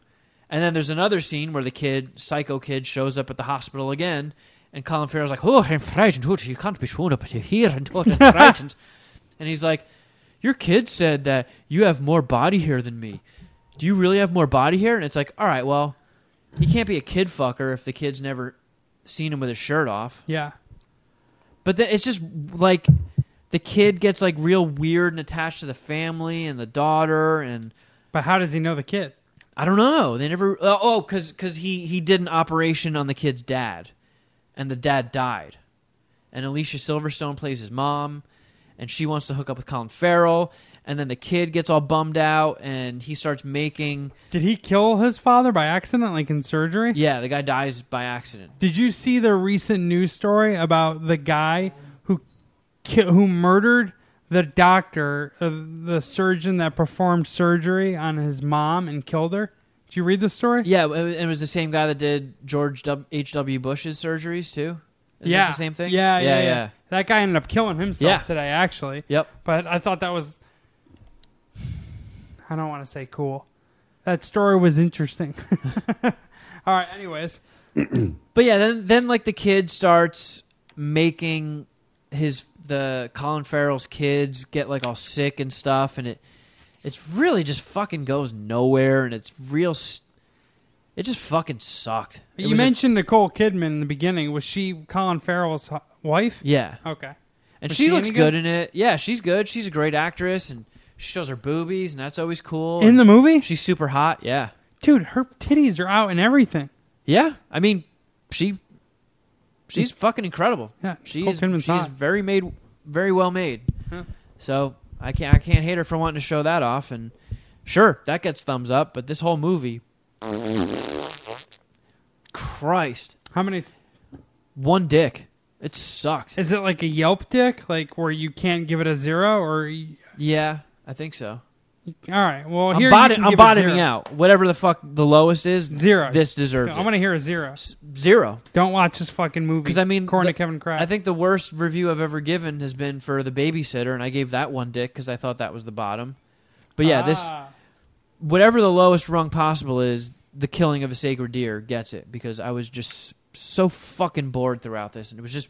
And then there's another scene where the kid, psycho kid, shows up at the hospital again, and Colin Farrell's like, "Oh, I'm frightened. Oh, you can't be shown up here, and oh, I'm frightened." And he's like, Your kid said that you have more body hair than me. Do you really have more body hair? And it's like, All right, well, he can't be a kid fucker if the kid's never seen him with his shirt off. Yeah. But then it's just like the kid gets like real weird and attached to the family and the daughter and But how does he know the kid? I don't know. They never oh, oh cuz cuz he he did an operation on the kid's dad and the dad died. And Alicia Silverstone plays his mom and she wants to hook up with Colin Farrell and then the kid gets all bummed out and he starts making Did he kill his father by accident, like in surgery? yeah, the guy dies by accident. Did you see the recent news story about the guy who ki- who murdered the doctor, uh, the surgeon that performed surgery on his mom and killed her? Did you read the story? Yeah, it was- it was the same guy that did George W- H.W. Bush's surgeries too. Isn't that the same thing? Yeah, yeah, yeah, yeah. That guy ended up killing himself Yeah. today, actually. Yep. But I thought that was. I don't want to say cool. That story was interesting. All right. Anyways, But yeah, then then like the kid starts making his the Colin Farrell's kids get like all sick and stuff, and it it's really just fucking goes nowhere, and it's real. s it just fucking sucked. It you was a- mentioned Nicole Kidman in the beginning. Was she Colin Farrell's hu- wife? yeah, Okay. and Was she, she in looks again? good in it. Yeah, she's good. She's a great actress, and she shows her boobies, and that's always cool. In and the movie, she's super hot. Yeah, dude, her titties are out and everything. yeah. I mean, she she's fucking incredible. Yeah, Nicole She's Kidman's she's hot. very made, very well made. Huh. So I can't I can't hate her for wanting to show that off. And sure, that gets thumbs up. But this whole movie, Christ, How many? one dick. It sucked. Is it like a Yelp dick, like where you can't give it a zero, or? y- Yeah, I think so. All right. Well, I'm, here bot- you can I'm give it bottoming zero. out. Whatever the fuck the lowest is, Zero. This deserves I it. want to hear a zero. S- zero. Don't watch this fucking movie. Because I mean, according the- to Kevin Kraft. I think the worst review I've ever given has been for the babysitter, and I gave that one dick because I thought that was the bottom. But yeah, this Ah. whatever the lowest rung possible is, the killing of a sacred deer gets it because I was just so fucking bored throughout this, and it was just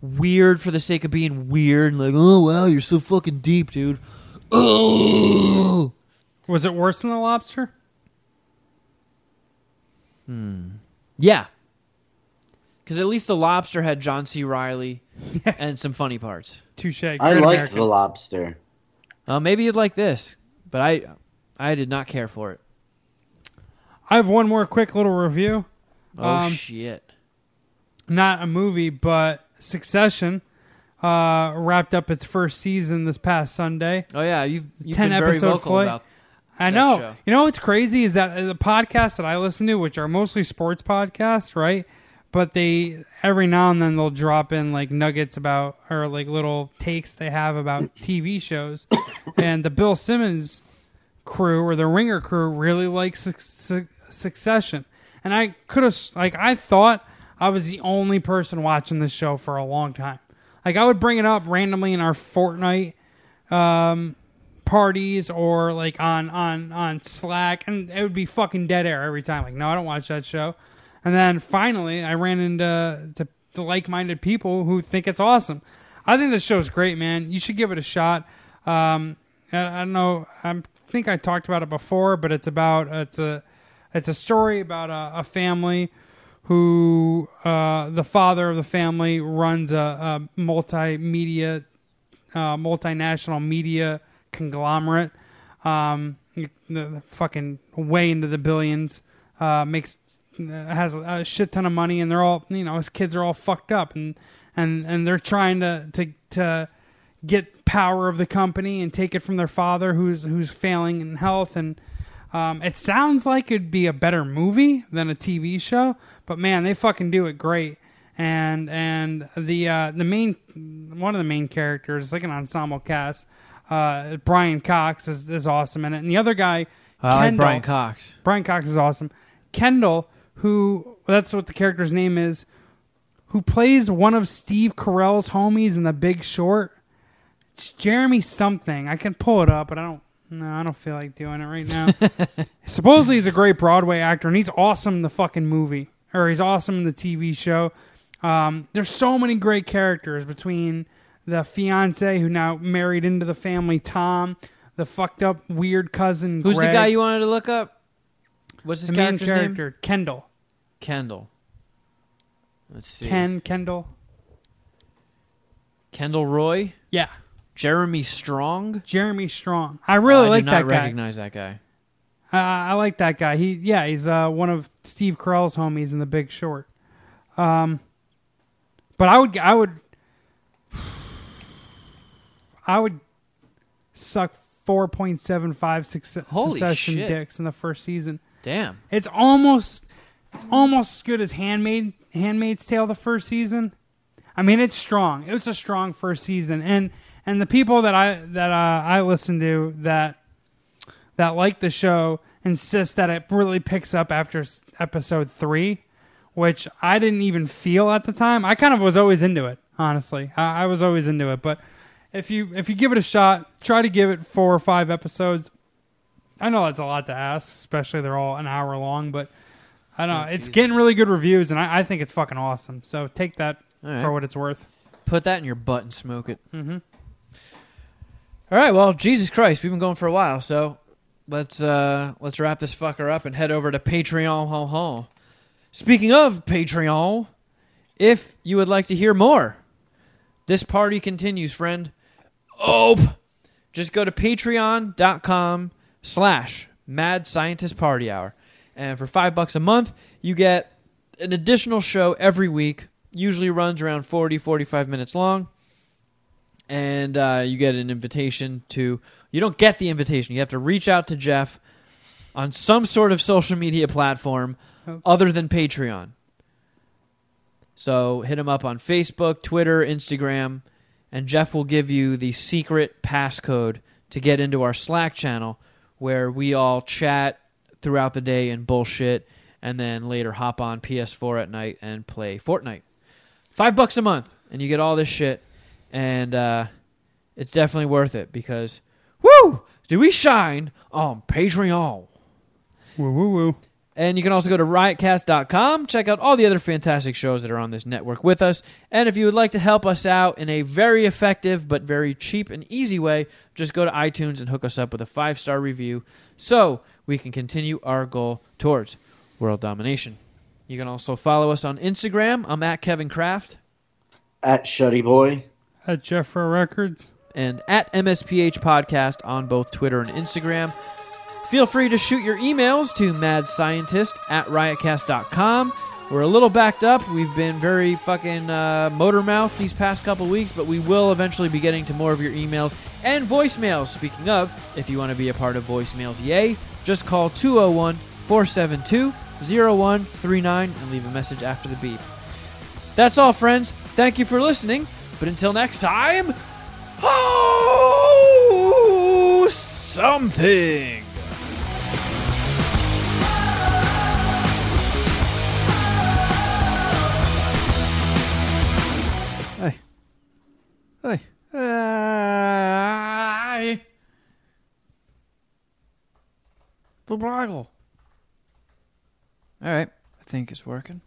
weird for the sake of being weird. Like, oh wow, you're so fucking deep, dude. Oh, was it worse than the lobster? yeah. Because at least the lobster had John C. Riley and some funny parts. Touche. I Good liked American. the lobster. Uh, maybe you'd like this, but I, I did not care for it. I have one more quick little review. Oh Um, shit! Not a movie, but Succession uh, wrapped up its first season this past Sunday. Oh yeah, you've, you've 10 been very episode vocal flight. about. I That know. show. You know what's crazy is that uh, the podcasts that I listen to, which are mostly sports podcasts, right? But they every now and then they'll drop in like nuggets about or like little takes they have about TV shows, and the Bill Simmons crew or the Ringer crew really likes suc Suc- Succession, and I could have like I thought I was the only person watching this show for a long time. Like I would bring it up randomly in our Fortnite parties or like on on on Slack, and it would be fucking dead air every time. Like, no, I don't watch that show. And then finally, I ran into to, to like-minded people who think it's awesome. I think this show's great, man. You should give it a shot. Um, I, I don't know. I think I talked about it before, but it's about it's a it's a story about a, a family who uh, the father of the family runs a, a multimedia uh, multinational media conglomerate. Um, the, the fucking way into the billions. Uh, makes has a shit ton of money, and they're all you know his kids are all fucked up, and and and they're trying to to to get power of the company and take it from their father, who's who's failing in health. And um, it sounds like it'd be a better movie than a TV show, but man, they fucking do it great. And and the uh, the main one of the main characters, like an ensemble cast, uh, Brian Cox is, is awesome in it, and the other guy, I like Kendall- Brian Cox. Brian Cox is awesome. Kendall, who that's what the character's name is, who plays one of Steve Carell's homies in The Big Short. It's Jeremy something. I can pull it up, but I don't. No, I don't feel like doing it right now. Supposedly, he's a great Broadway actor, and he's awesome in the fucking movie, or he's awesome in the TV show. Um, there's so many great characters between the fiance who now married into the family, Tom, the fucked up weird cousin. Who's the Greg, guy you wanted to look up? What's his the main character's character, name? Kendall. Kendall. Let's see. Ken Kendall. Kendall Roy, Yeah. Jeremy Strong. Jeremy Strong. I really Oh, I like do that not guy. recognize that guy. Uh, I like that guy. He yeah, he's uh, one of Steve Carell's homies in The Big Short. Um, but I would I would I would suck four point seven five success Holy succession shit. dicks in the first season. Damn. It's almost it's almost as good as Handmaid Handmaid's Tale the first season. I mean, it's strong. It was a strong first season, and and the people that I that uh, I listen to that that like the show insist that it really picks up after s- episode three, which I didn't even feel at the time. I kind of was always into it, honestly. I, I was always into it, but if you if you give it a shot, try to give it four or five episodes. I know that's a lot to ask, especially they're all an hour long, but I don't know. it's getting really good reviews, and I, I think it's fucking awesome. So take that All right. for what it's worth. Put that in your butt and smoke it. Mm-hmm. right. Well, Jesus Christ, we've been going for a while, so let's uh let's wrap this fucker up and head over to Patreon. Ho ho. Speaking of Patreon, if you would like to hear more, this party continues, friend. Oh, just go to patreon.com slash mad scientist party hour. And for five bucks a month, you get an additional show every week, usually runs around 40, 45 minutes long. And uh, you get an invitation to, you don't get the invitation. You have to reach out to Jeff on some sort of social media platform other than Patreon. So hit him up on Facebook, Twitter, Instagram, and Jeff will give you the secret passcode to get into our Slack channel where we all chat throughout the day and bullshit and then later hop on PS4 at night and play Fortnite. 5 bucks a month and you get all this shit and uh it's definitely worth it because woo, do we shine on Patreon. Woo woo woo. And you can also go to riotcast.com, check out all the other fantastic shows that are on this network with us. And if you would like to help us out in a very effective but very cheap and easy way, just go to iTunes and hook us up with a five star review so we can continue our goal towards world domination. You can also follow us on Instagram. I'm at Kevin Kraft At Shuddy Boy. At Jeffro Records. and at MSPH Podcast on both Twitter and Instagram. Feel free to shoot your emails to madscientist at riotcast.com. We're a little backed up. We've been very fucking uh, motor mouth these past couple weeks, but we will eventually be getting to more of your emails and voicemails. Speaking of, if you want to be a part of voicemails, yay, just call 201 472 0139 and leave a message after the beep. That's all, friends. Thank you for listening. But until next time, oh, something. Hey. Hey. Hey. The bridle. All right. I think it's working.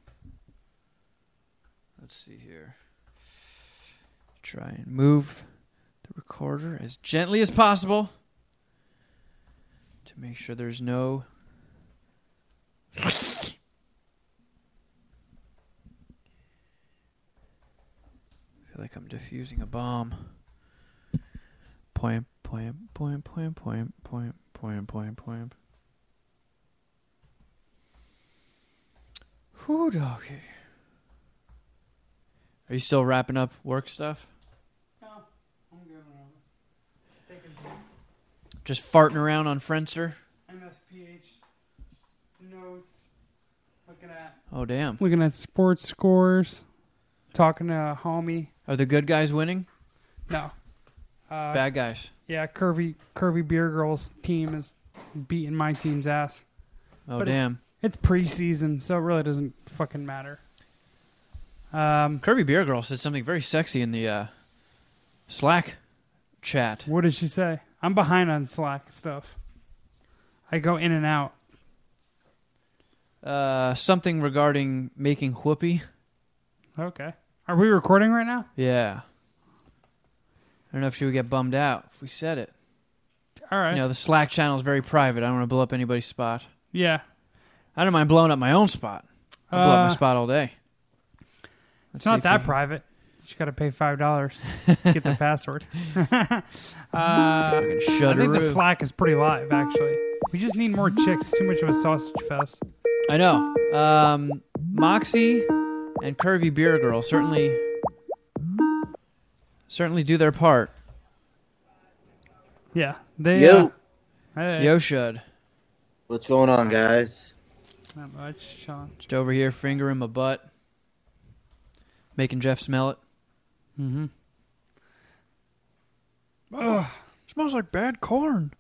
Let's see here. Try and move the recorder as gently as possible to make sure there's no. I feel like I'm diffusing a bomb. Point, point, point, point, point, point, point, point, point. Whew, doggy. Are you still wrapping up work stuff? I'm good. Just farting around on Friendster. MSPH notes. Looking at Oh damn. looking at sports scores. Talking to a homie. Are the good guys winning? No. Uh, Bad guys. Yeah, curvy curvy beer girls team is beating my team's ass. Oh but it- damn. It's preseason, so it really doesn't fucking matter. Um, Kirby Beer Girl said something very sexy in the uh, Slack chat. what did she say? I'm behind on Slack stuff. I go in and out. Uh, something regarding making whoopee. Okay. Are we recording right now? Yeah. I don't know if she would get bummed out if we said it. All right. You know, the Slack channel is very private. I don't want to blow up anybody's spot. Yeah. I don't mind blowing up my own spot. I blow up Uh, my spot all day. Let's It's see not if that we- private. You just got to pay five dollars. Get the password. uh, I think the Shudderoo. Slack is pretty live, actually. We just need more chicks. Too much of a sausage fest. I know. Um, Moxie and Curvy Beer Girl certainly certainly do their part. Yeah, they. Yo. Uh, hey, Yo should What's going on, guys? Not much, Sean. just over here fingering my butt, making Jeff smell it. Mm-hmm. Smells like bad corn.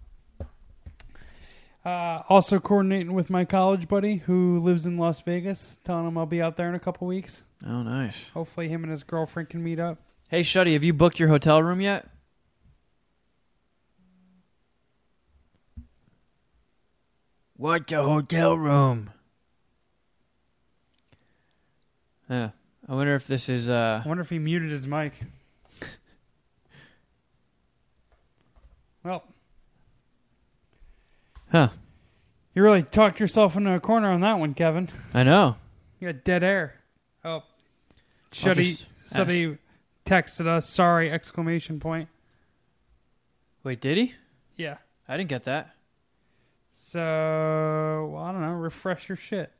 Uh, also coordinating with my college buddy who lives in Las Vegas, telling him I'll be out there in a couple weeks. Oh, nice. Hopefully, him and his girlfriend can meet up. Hey, Shuddy, have you booked your hotel room yet? What the hotel room? Uh, I wonder if this is uh I wonder if he muted his mic. Well, huh. you really talked yourself into a corner on that one, Kevin. I know. You got dead air. Oh, should he? just Should he texted us? Sorry! Exclamation point. Wait, did he? Yeah. I didn't get that. So well, I don't know. Refresh your shit.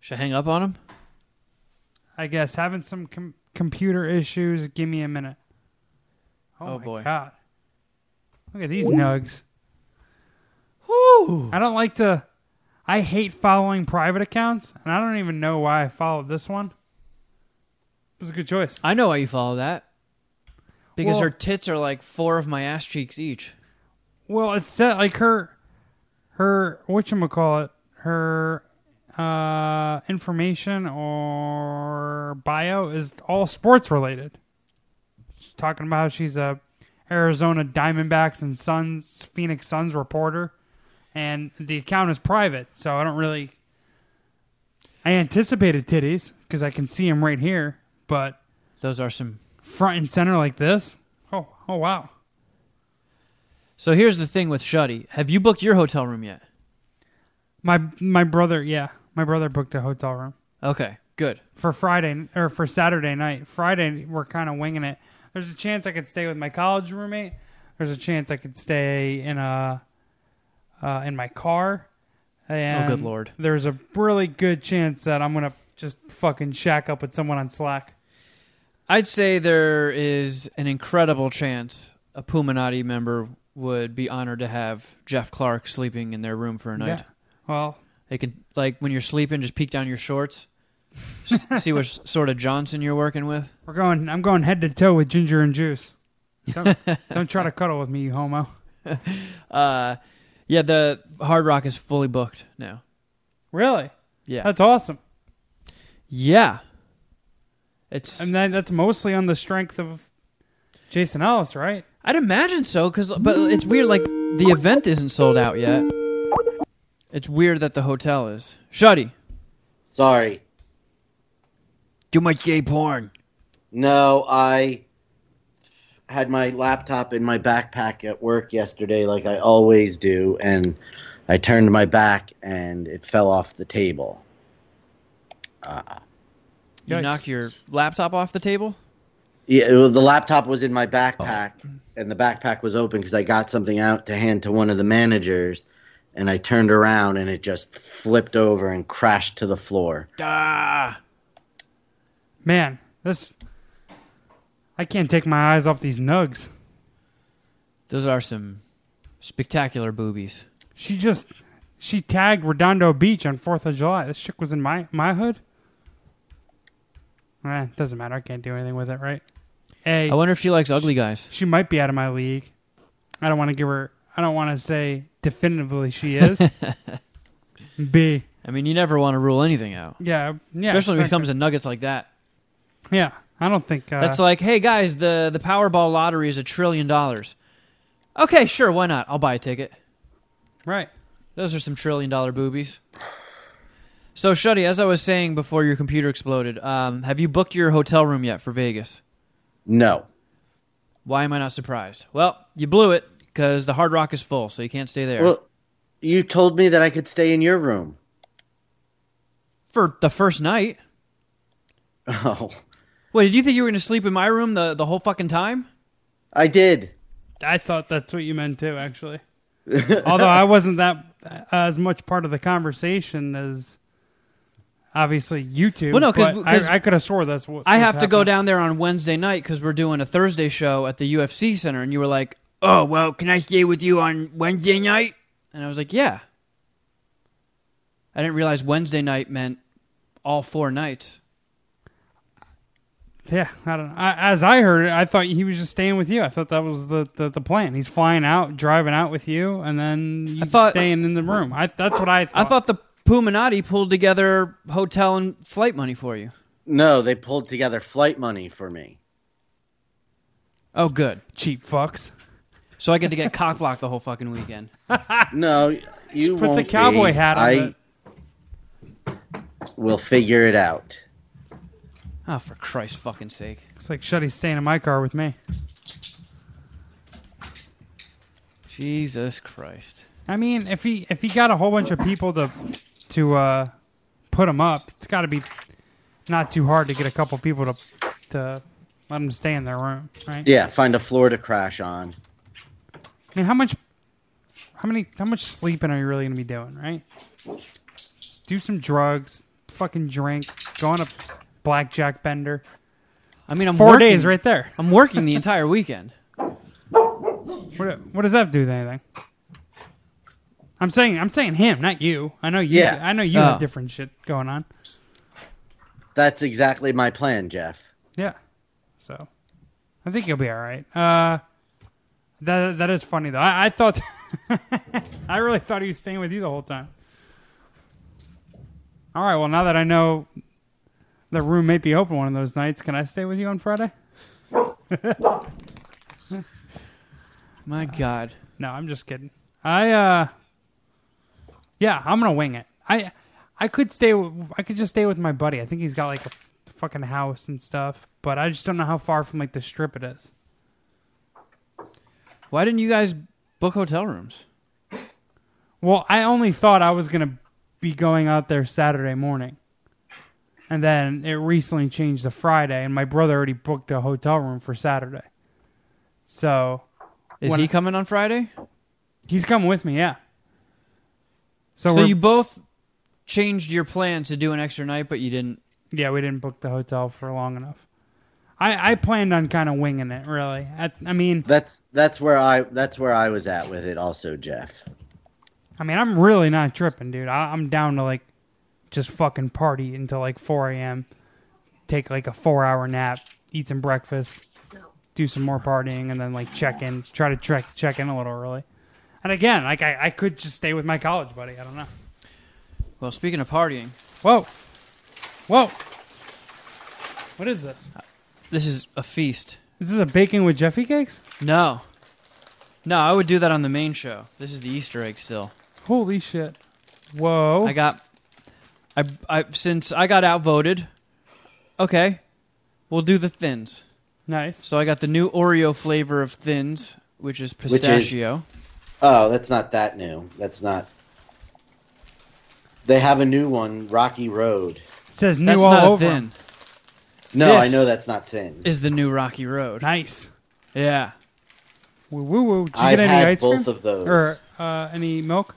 Should I hang up on him? I guess having some com- computer issues. Give me a minute. Oh, my boy. God. Look at these nugs. Whoo! I don't like to. I hate following private accounts, and I don't even know why I followed this one. It was a good choice. I know why you follow that. Because Well- her tits are like four of my ass cheeks each. Well, it's set like her, her what you call it, her uh, information or bio is all sports related. She's talking about how she's a Arizona Diamondbacks and Suns, Phoenix Suns reporter, and the account is private, so I don't really. I anticipated titties because I can see them right here, but Those are some front and center like this. Oh, oh wow. So here's the thing with Shuddy. Have you booked your hotel room yet? My my brother, yeah, my brother booked a hotel room Okay, good. for Friday or for Saturday night. Friday we're kind of winging it. There's a chance I could stay with my college roommate. There's a chance I could stay in a uh, in my car. And Oh, good Lord. There's a really good chance that I'm gonna just fucking shack up with someone on Slack. I'd say there is an incredible chance a Puminati member would be honored to have Jeff Clark sleeping in their room for a night. Yeah. Well, They could, like, when you're sleeping, just peek down your shorts, s- see what s- sort of Johnson you're working with. we're going. I'm going head to toe with ginger and juice. Don't, don't try to cuddle with me, you homo. Uh, yeah, the Hard Rock is fully booked now. Really? Yeah. That's awesome. yeah. It's. And then that's mostly on the strength of Jason Ellis, right? I'd imagine so, cause but it's weird. Like the event isn't sold out yet. It's weird that the hotel is. Shuddy, Sorry. too much gay porn. No, I had my laptop in my backpack at work yesterday, like I always do, and I turned my back and it fell off the table. You Yikes. knock your laptop off the table. Yeah, it was- the laptop was in my backpack, and the backpack was open because I got something out to hand to one of the managers, and I turned around and it just flipped over and crashed to the floor. Man, this I can't take my eyes off these nugs. Those are some Spectacular boobies. She just she tagged Redondo Beach on Fourth of July. This chick was in my my hood. Eh, doesn't matter. I can't do anything with it, right? A I wonder if she likes ugly guys. she might be out of my league. I don't want to give her. I don't want to say definitively she is. B. I mean, you never want to rule anything out, Yeah. especially Yeah. when exactly. it comes to nuggets like that. Yeah. I don't think uh, That's like, hey guys, the the Powerball lottery is a trillion dollars. Okay, sure, why not? I'll buy a ticket. right. Those are some trillion dollar boobies. So, Shuddy, as I was saying before your computer exploded, um, have you booked your hotel room yet for Vegas? No. Why am I not surprised? Well, you blew it because the Hard Rock is full, so you can't stay there Well, you told me that I could stay in your room. for the first night. Oh, What did you think you were going to sleep in my room the the whole fucking time? I did. I thought that's what you meant too, actually. Although I wasn't that uh, as much part of the conversation as obviously you two. Well, no, 'cause- but 'cause I, I could have swore that's what I was have to go happening. down there on Wednesday night because we're doing a Thursday show at the UFC Center, and you were like, "Oh well, can I stay with you on Wednesday night?" And I was like, "Yeah." I didn't realize Wednesday night meant all four nights. Yeah, I don't. I, as I heard it, I thought he was just staying with you. I thought that was the, the, the plan. He's flying out, driving out with you, and then you thought- staying in the room. I, that's what I I thought. thought the Puminati pulled together hotel and flight money for you. No, they pulled together flight money for me. Oh, good. cheap fucks. So I get to get cockblocked the whole fucking weekend. No, you Just put won't the cowboy be. hat on. I the- will figure it out. Oh, for Christ's fucking sake! It's like Shuddy's staying in my car with me. Jesus Christ! I mean, if he if he got a whole bunch of people to to uh, put him up, it's got to be not too hard to get a couple people to to let him stay in their room, right? Yeah, find a floor to crash on. I mean, how much, how many, how much sleeping are you really gonna be doing, right? Do some drugs, fucking drink, go on a blackjack bender. I mean, I'm Four working- days right there. I'm working the entire weekend. What, what does that do to anything? I'm saying, I'm saying him, not you. I know you. Yeah. I know you Oh. have different shit going on. That's exactly my plan, Jeff. Yeah. So, I think you'll be all right. Uh, that that is funny though. I, I thought, I really thought he was staying with you the whole time. All right. Well, now that I know the room may be open one of those nights, can I stay with you on Friday? My God. No, I'm just kidding. I uh, yeah, I'm gonna wing it. I I could stay. w- I could just stay with my buddy. I think he's got like a fucking house and stuff, but I just don't know how far from like the strip it is. Why didn't you guys book hotel rooms? Well, I only thought I was gonna be going out there Saturday morning, and then it recently changed to Friday, and my brother already booked a hotel room for Saturday. So Is When he I- coming on Friday? he's coming with me, yeah. So, So, we're, you both changed your plan to do an extra night, but you didn't. yeah, we didn't book the hotel for long enough. I, I planned on kind of winging it, really. I, I mean, That's that's where I that's where I was at with it also, Jeff. I mean, I'm really not tripping, dude. I, I'm down to like just fucking party until like 4 a.m. Take like a four hour nap, eat some breakfast, do some more partying, and then like check in. Try to check check in a little early. And again, like I, I could just stay with my college buddy. I don't know. Well, speaking of partying, Whoa, whoa. What is this? this is a feast. Is this a baking with Jeffy cakes? No. No, I would do that on the main show. This is the Easter egg still. Holy shit! Whoa. I got. I, I since I got outvoted. Okay, we'll do the thins. nice. So I got the new Oreo flavor of thins, which is is- pistachio. Oh, that's not that new. That's not. They have a new one, Rocky Road. says new That's all not a over. thin. No, This- I know that's not thin. Is the new Rocky Road? Nice. Yeah. Woo woo woo. Did you I've get any had ice cream? both of those. or uh, any milk?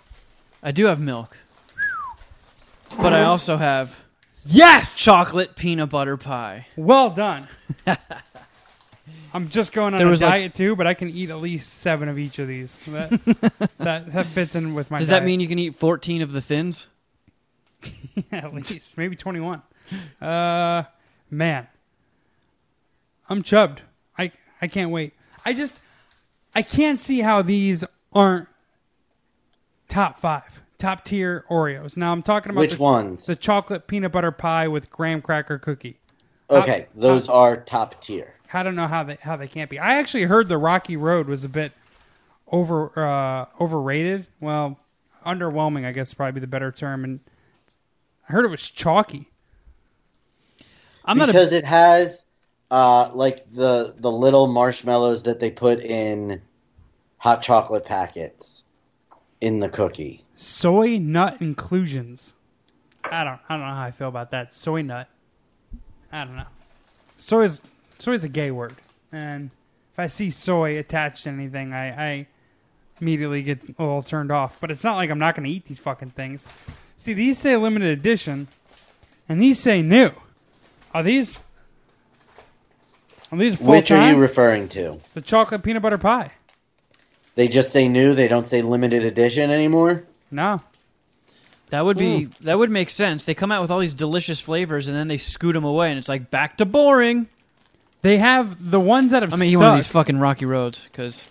I do have milk. But I also have Yes. chocolate peanut butter pie. Well done. I'm just going on There a was, like- diet too, but I can eat at least seven of each of these. That that, that fits in with my. Does that diet. mean you can eat 14 of the thins? at least maybe 21 uh man i'm chubbed i i can't wait i just i can't see how these aren't top five top tier oreos now i'm talking about Which the, ones? the chocolate peanut butter pie with graham cracker cookie Okay, those are top tier. i don't know how they how they can't be i actually heard the rocky road was a bit over uh overrated well underwhelming i guess would probably be the better term and i heard it was chalky I'm not a, because it has uh, like the the little marshmallows that they put in hot chocolate packets in the cookie. soy nut inclusions. I don't I don't know how I feel about that. Soy nut. I don't know. Soy is soy is a gay word, and if I see soy attached to anything, I, I immediately get a little turned off. But it's not like I'm not going to eat these fucking things. See, these say limited edition, and these say new. Are these? Are these full Which are time? you referring to? the chocolate peanut butter pie. They just say new. They don't say limited edition anymore. No, that would be that would make sense. They come out with all these delicious flavors and then they scoot them away, and it's like back to boring. they have the ones that have. I'm gonna eat one of stuck. these fucking rocky roads because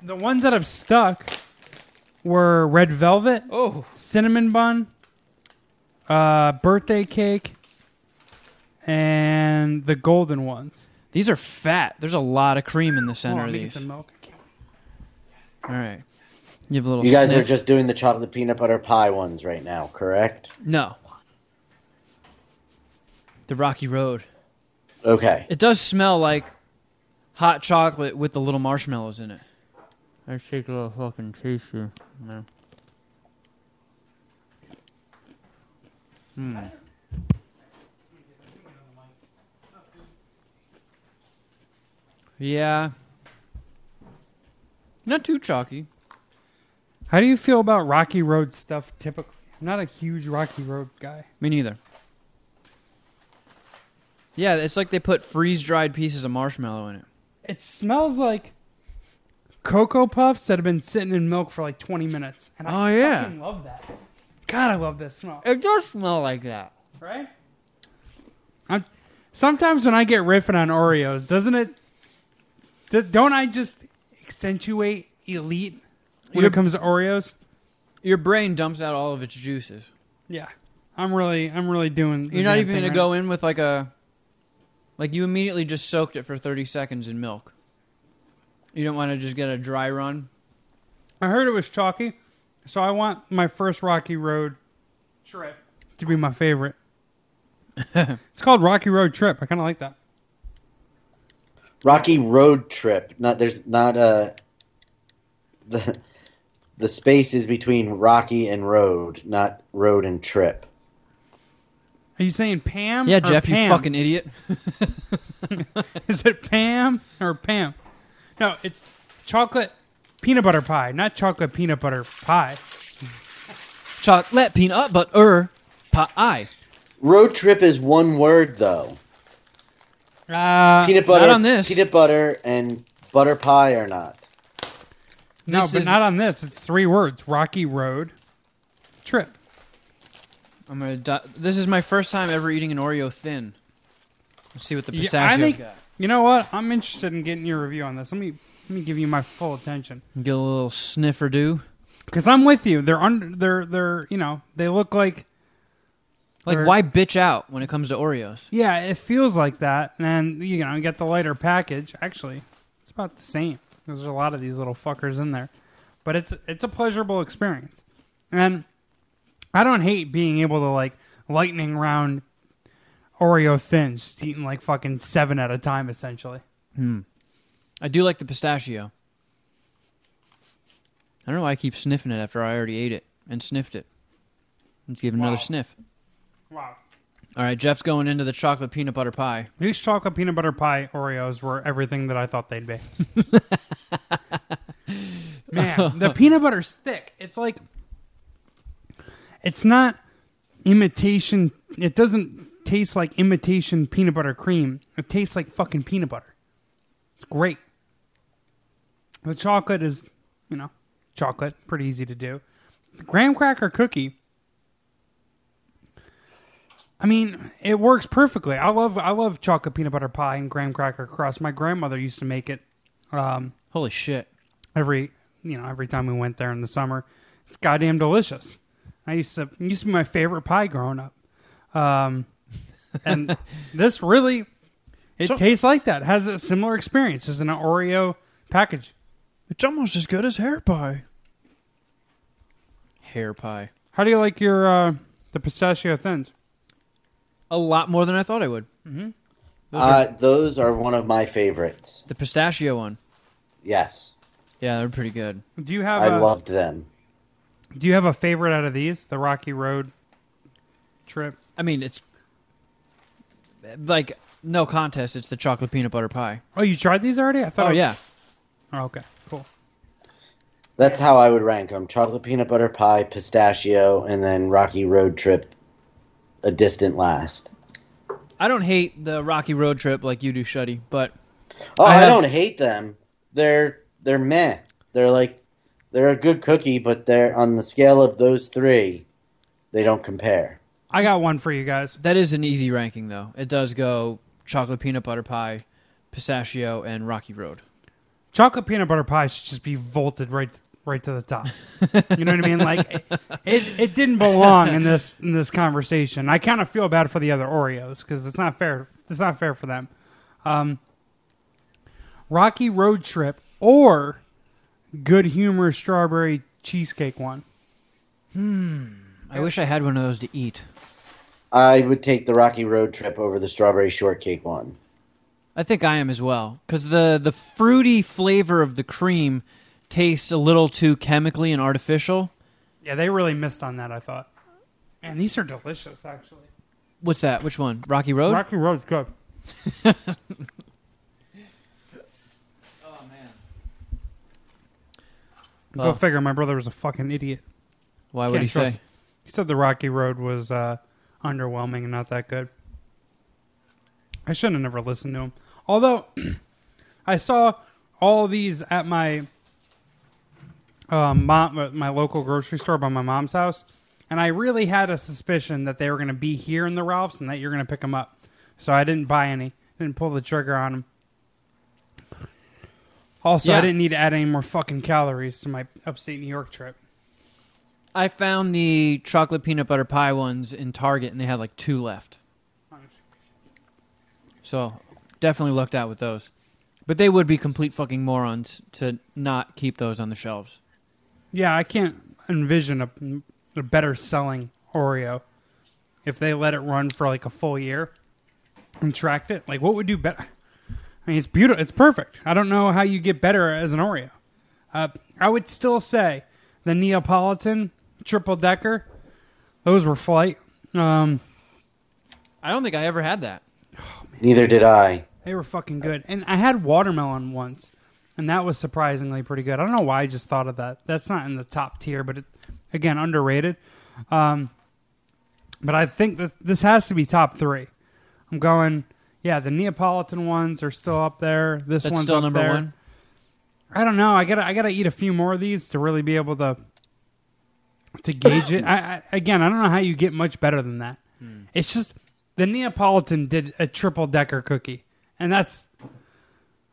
The ones that have stuck were red velvet, oh, cinnamon bun, uh, birthday cake, and the golden ones. these are fat. There's a lot of cream in the Hold center on, of let me get these. some milk. All right, you have a little. You guys are sniff. just doing the chocolate peanut butter pie ones right now, correct? no. The rocky road. Okay. It does smell like hot chocolate with the little marshmallows in it. I shake a little fucking taste here. No. Hmm. Yeah. Not too chalky. How do you feel about Rocky Road stuff? Typically, I'm not a huge Rocky Road guy. Me neither. Yeah, it's like they put freeze dried pieces of marshmallow in it. It smells like cocoa puffs that have been sitting in milk for like 20 minutes, and I Oh, yeah. fucking love that. God, I love this smell. It does smell like that. right? I'm, sometimes when I get riffing on Oreos, doesn't it? d- Don't I just accentuate elite when You're- it comes to Oreos? Your brain dumps out all of its juices. Yeah, I'm really, I'm really doing. the You're not damn even thing gonna right go in with like a like you immediately just soaked it for 30 seconds in milk. You don't want to just get a dry run. now. I heard it was chalky, so I want my first Rocky Road trip to be my favorite. it's called Rocky Road Trip. I kind of like that. Rocky Road Trip. Not there's not a the the space is between Rocky and Road, not Road and Trip. Are you saying Pam? Yeah, or Jeff, Pam? you fucking idiot. Is it Pam or Pam? No, it's chocolate peanut butter pie, not chocolate peanut butter pie. Chocolate peanut butter pie. Road Trip is one word though. Uh, Peanut butter on this. peanut butter and butter pie are not. no, This but is- not on this. It's three words: Rocky Road Trip. I'm gonna. Di- this is my first time ever eating an Oreo thin. Let's see what the Yeah, pistachio. I think. You know what? I'm interested in getting your review on this. Let me let me give you my full attention Get a little sniffer do. because I'm with you. They're under. They're they're. You know, they look like. Like, Or- why bitch out when it comes to Oreos? Yeah, it feels like that, and you know, you get the lighter package. Actually, it's about the same. There's a lot of these little fuckers in there, but it's it's a pleasurable experience, and I don't hate being able to like lightning round Oreo thins, just eating like fucking seven at a time, essentially. I do like the pistachio. I don't know why I keep sniffing it after I already ate it and sniffed it. Let's give it another Wow. sniff. Wow, All right, Jeff's going into the chocolate peanut butter pie. these chocolate peanut butter pie Oreos were everything that I thought they'd be. Man, the peanut butter's thick. It's like it's not imitation. It doesn't taste like imitation peanut butter cream. It tastes like fucking peanut butter. It's great. The chocolate is, you know, chocolate, pretty easy to do. The graham cracker cookie. I mean, it works perfectly. I love I love chocolate peanut butter pie and graham cracker crust. My grandmother used to make it um, Holy shit. every you know every time we went there in the summer. It's goddamn delicious. I used to it used to be my favorite pie growing up, um, and this really it So- tastes like that. It has a similar experience, just in an Oreo package. It's almost as good as hair pie. Hair pie. How do you like your uh, the pistachio thins? A lot more than I thought I would. Uh, those are one of my favorites. The pistachio one. Yes, Yeah, they're pretty good. Do you have I a, loved them. Do you have a favorite out of these? The Rocky Road trip. I mean, it's like no contest. It's the chocolate peanut butter pie. Oh, you tried these already? I thought. Oh it was- yeah, Oh, okay. Cool. That's how I would rank them: chocolate peanut butter pie, pistachio, and then Rocky Road Trip, a distant last. I don't hate the rocky road trip like you do, Shuddy. But Oh, I I, have- don't hate them. They're they're meh. They're like they're a good cookie, but they're on the scale of those three, they don't compare. I got one for you guys. that is an easy ranking, though. It does go chocolate peanut butter pie, pistachio, and rocky road. chocolate peanut butter pie should just be vaulted right right to the top. You know what I mean? Like it, it, it didn't belong in this in this conversation. I kind of feel bad for the other Oreos because it's not fair. It's not fair for them. Um, Rocky Road Trip or Good Humor Strawberry Cheesecake one. I wish I had one of those to eat. I would take the Rocky Road Trip over the strawberry shortcake one. I think I am as well because the the fruity flavor of the cream tastes a little too chemically and artificial. Yeah, they really missed on that. I thought. Man, these are delicious. Actually, What's that? Which one? Rocky Road? Rocky Road's good. oh man. Go Oh. figure. My brother was a fucking idiot. Why would Can't he trust- say? He said the Rocky Road was uh, underwhelming and not that good. I should have never listened to him. Although I saw all these at my uh, mom, uh, my local grocery store by my mom's house, and I really had a suspicion that they were going to be here in the Ralphs and that you're going to pick them up. So I didn't buy any. Didn't pull the trigger on them. Also, I Yeah. didn't need to add any more fucking calories to my upstate New York trip. I found the chocolate peanut butter pie ones in Target, and they had like two left. So definitely lucked out with those. But they would be complete fucking morons to not keep those on the shelves. Yeah, I can't envision a, a better selling Oreo if they let it run for like a full year and tracked it. Like, what would do better? I mean, it's beautiful. It's perfect. I don't know how you get better as an Oreo. Uh, I would still say the Neapolitan triple decker; those were flight. Um, I don't think I ever had that. Neither did I. they were fucking good. And I had watermelon once, and that was surprisingly pretty good. I don't know why I just thought of that. That's not in the top tier, but it, again, underrated. Um, but I think this, this has to be top three. I'm going, yeah, the Neapolitan ones are still up there. This That's one's still up number there. one. I don't know. I gotta I gotta eat a few more of these to really be able to to gauge it. I, I again, I don't know how you get much better than that. Hmm. It's just the Neapolitan did a triple decker cookie, and that's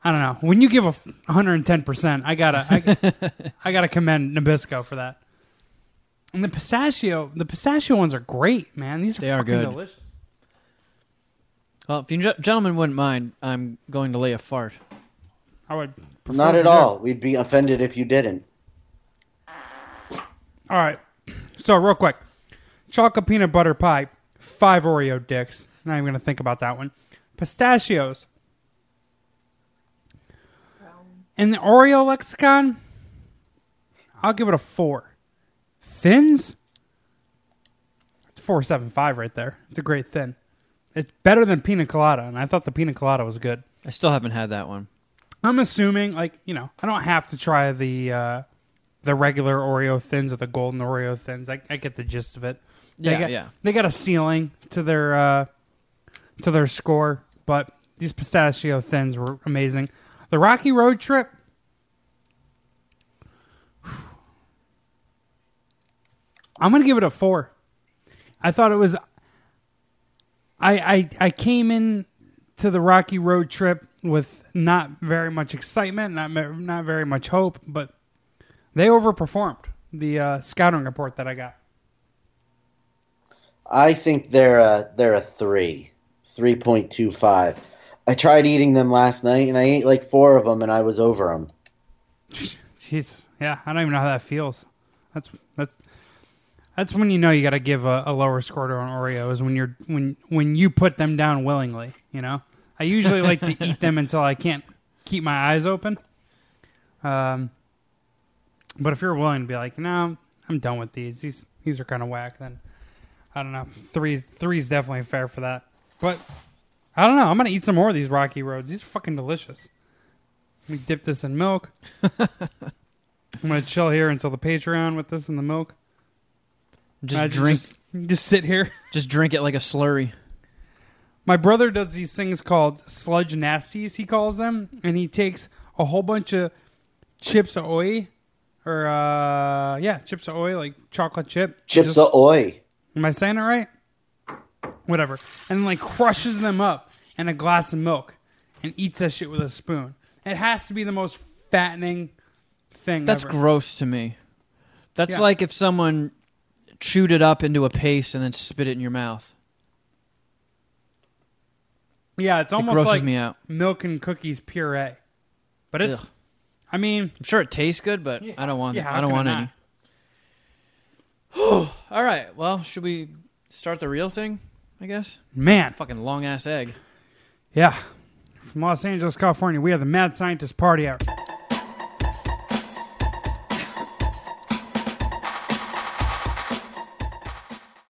I don't know. When you give a 110, percent I gotta I, I gotta commend Nabisco for that. And the pistachio, the pistachio ones are great, man. These are They are fucking good. delicious. Well, if you gen- gentlemen wouldn't mind, I'm going to lay a fart. I would prefer Not to at do- all. We'd be offended if you didn't. All right. So real quick, chocolate peanut butter pie, five Oreo dicks. Not even gonna think about that one. Pistachios. In the Oreo lexicon, I'll give it a four. Thins. It's four seven five right there. It's a great thin. It's better than pina colada, and I thought the pina colada was good. I still haven't had that one. I'm assuming, like you know, I don't have to try the uh, the regular Oreo thins or the golden Oreo thins. I, I get the gist of it. They Yeah, got, yeah. They got a ceiling to their uh, to their score, but these pistachio thins were amazing. The Rocky Road trip. I'm gonna give it a four. I thought it was. I I I came in to the Rocky Road trip with not very much excitement, not ma- not very much hope, but they overperformed the uh, scouting report that I got. I think they're a, they're a three, three point two five. I tried eating them last night, and I ate like four of them, and I was over them. Jesus, yeah, I don't even know how that feels. That's that's that's when you know you got to give a, a lower score to an Oreo is when you're when when you put them down willingly. You know, I usually like to eat them until I can't keep my eyes open. Um, but if you're willing to be like, no, I'm done with these. These these are kind of whack. Then I don't know. Three's three's definitely fair for that. But I don't know. I'm gonna eat some more of these Rocky Roads. These are fucking delicious. We dip this in milk. I'm gonna chill here until the Patreon with this and the milk. Just I drink, Just, just sit here. just drink it like a slurry. My brother does these things called sludge nasties. He calls them, and he takes a whole bunch of chips of oil, or uh, yeah, chips of oil, like chocolate chip. Chips Just- of oi. Am I saying it right? Whatever. And like crushes them up in a glass of milk and eats that shit with a spoon. It has to be the most fattening thing. That's ever. gross to me. That's Yeah. like if someone chewed it up into a paste and then spit it in your mouth. Yeah, it's almost grosses like me out. milk and cookies puree. But it's, Ugh. I mean, I'm sure it tastes good, but I don't want. yeah, how I don't can want it not? any. All right. Well, should we start the real thing? I guess. man, Fucking long ass egg. yeah. From Los Angeles, California, we have the Mad Scientist Party Hour.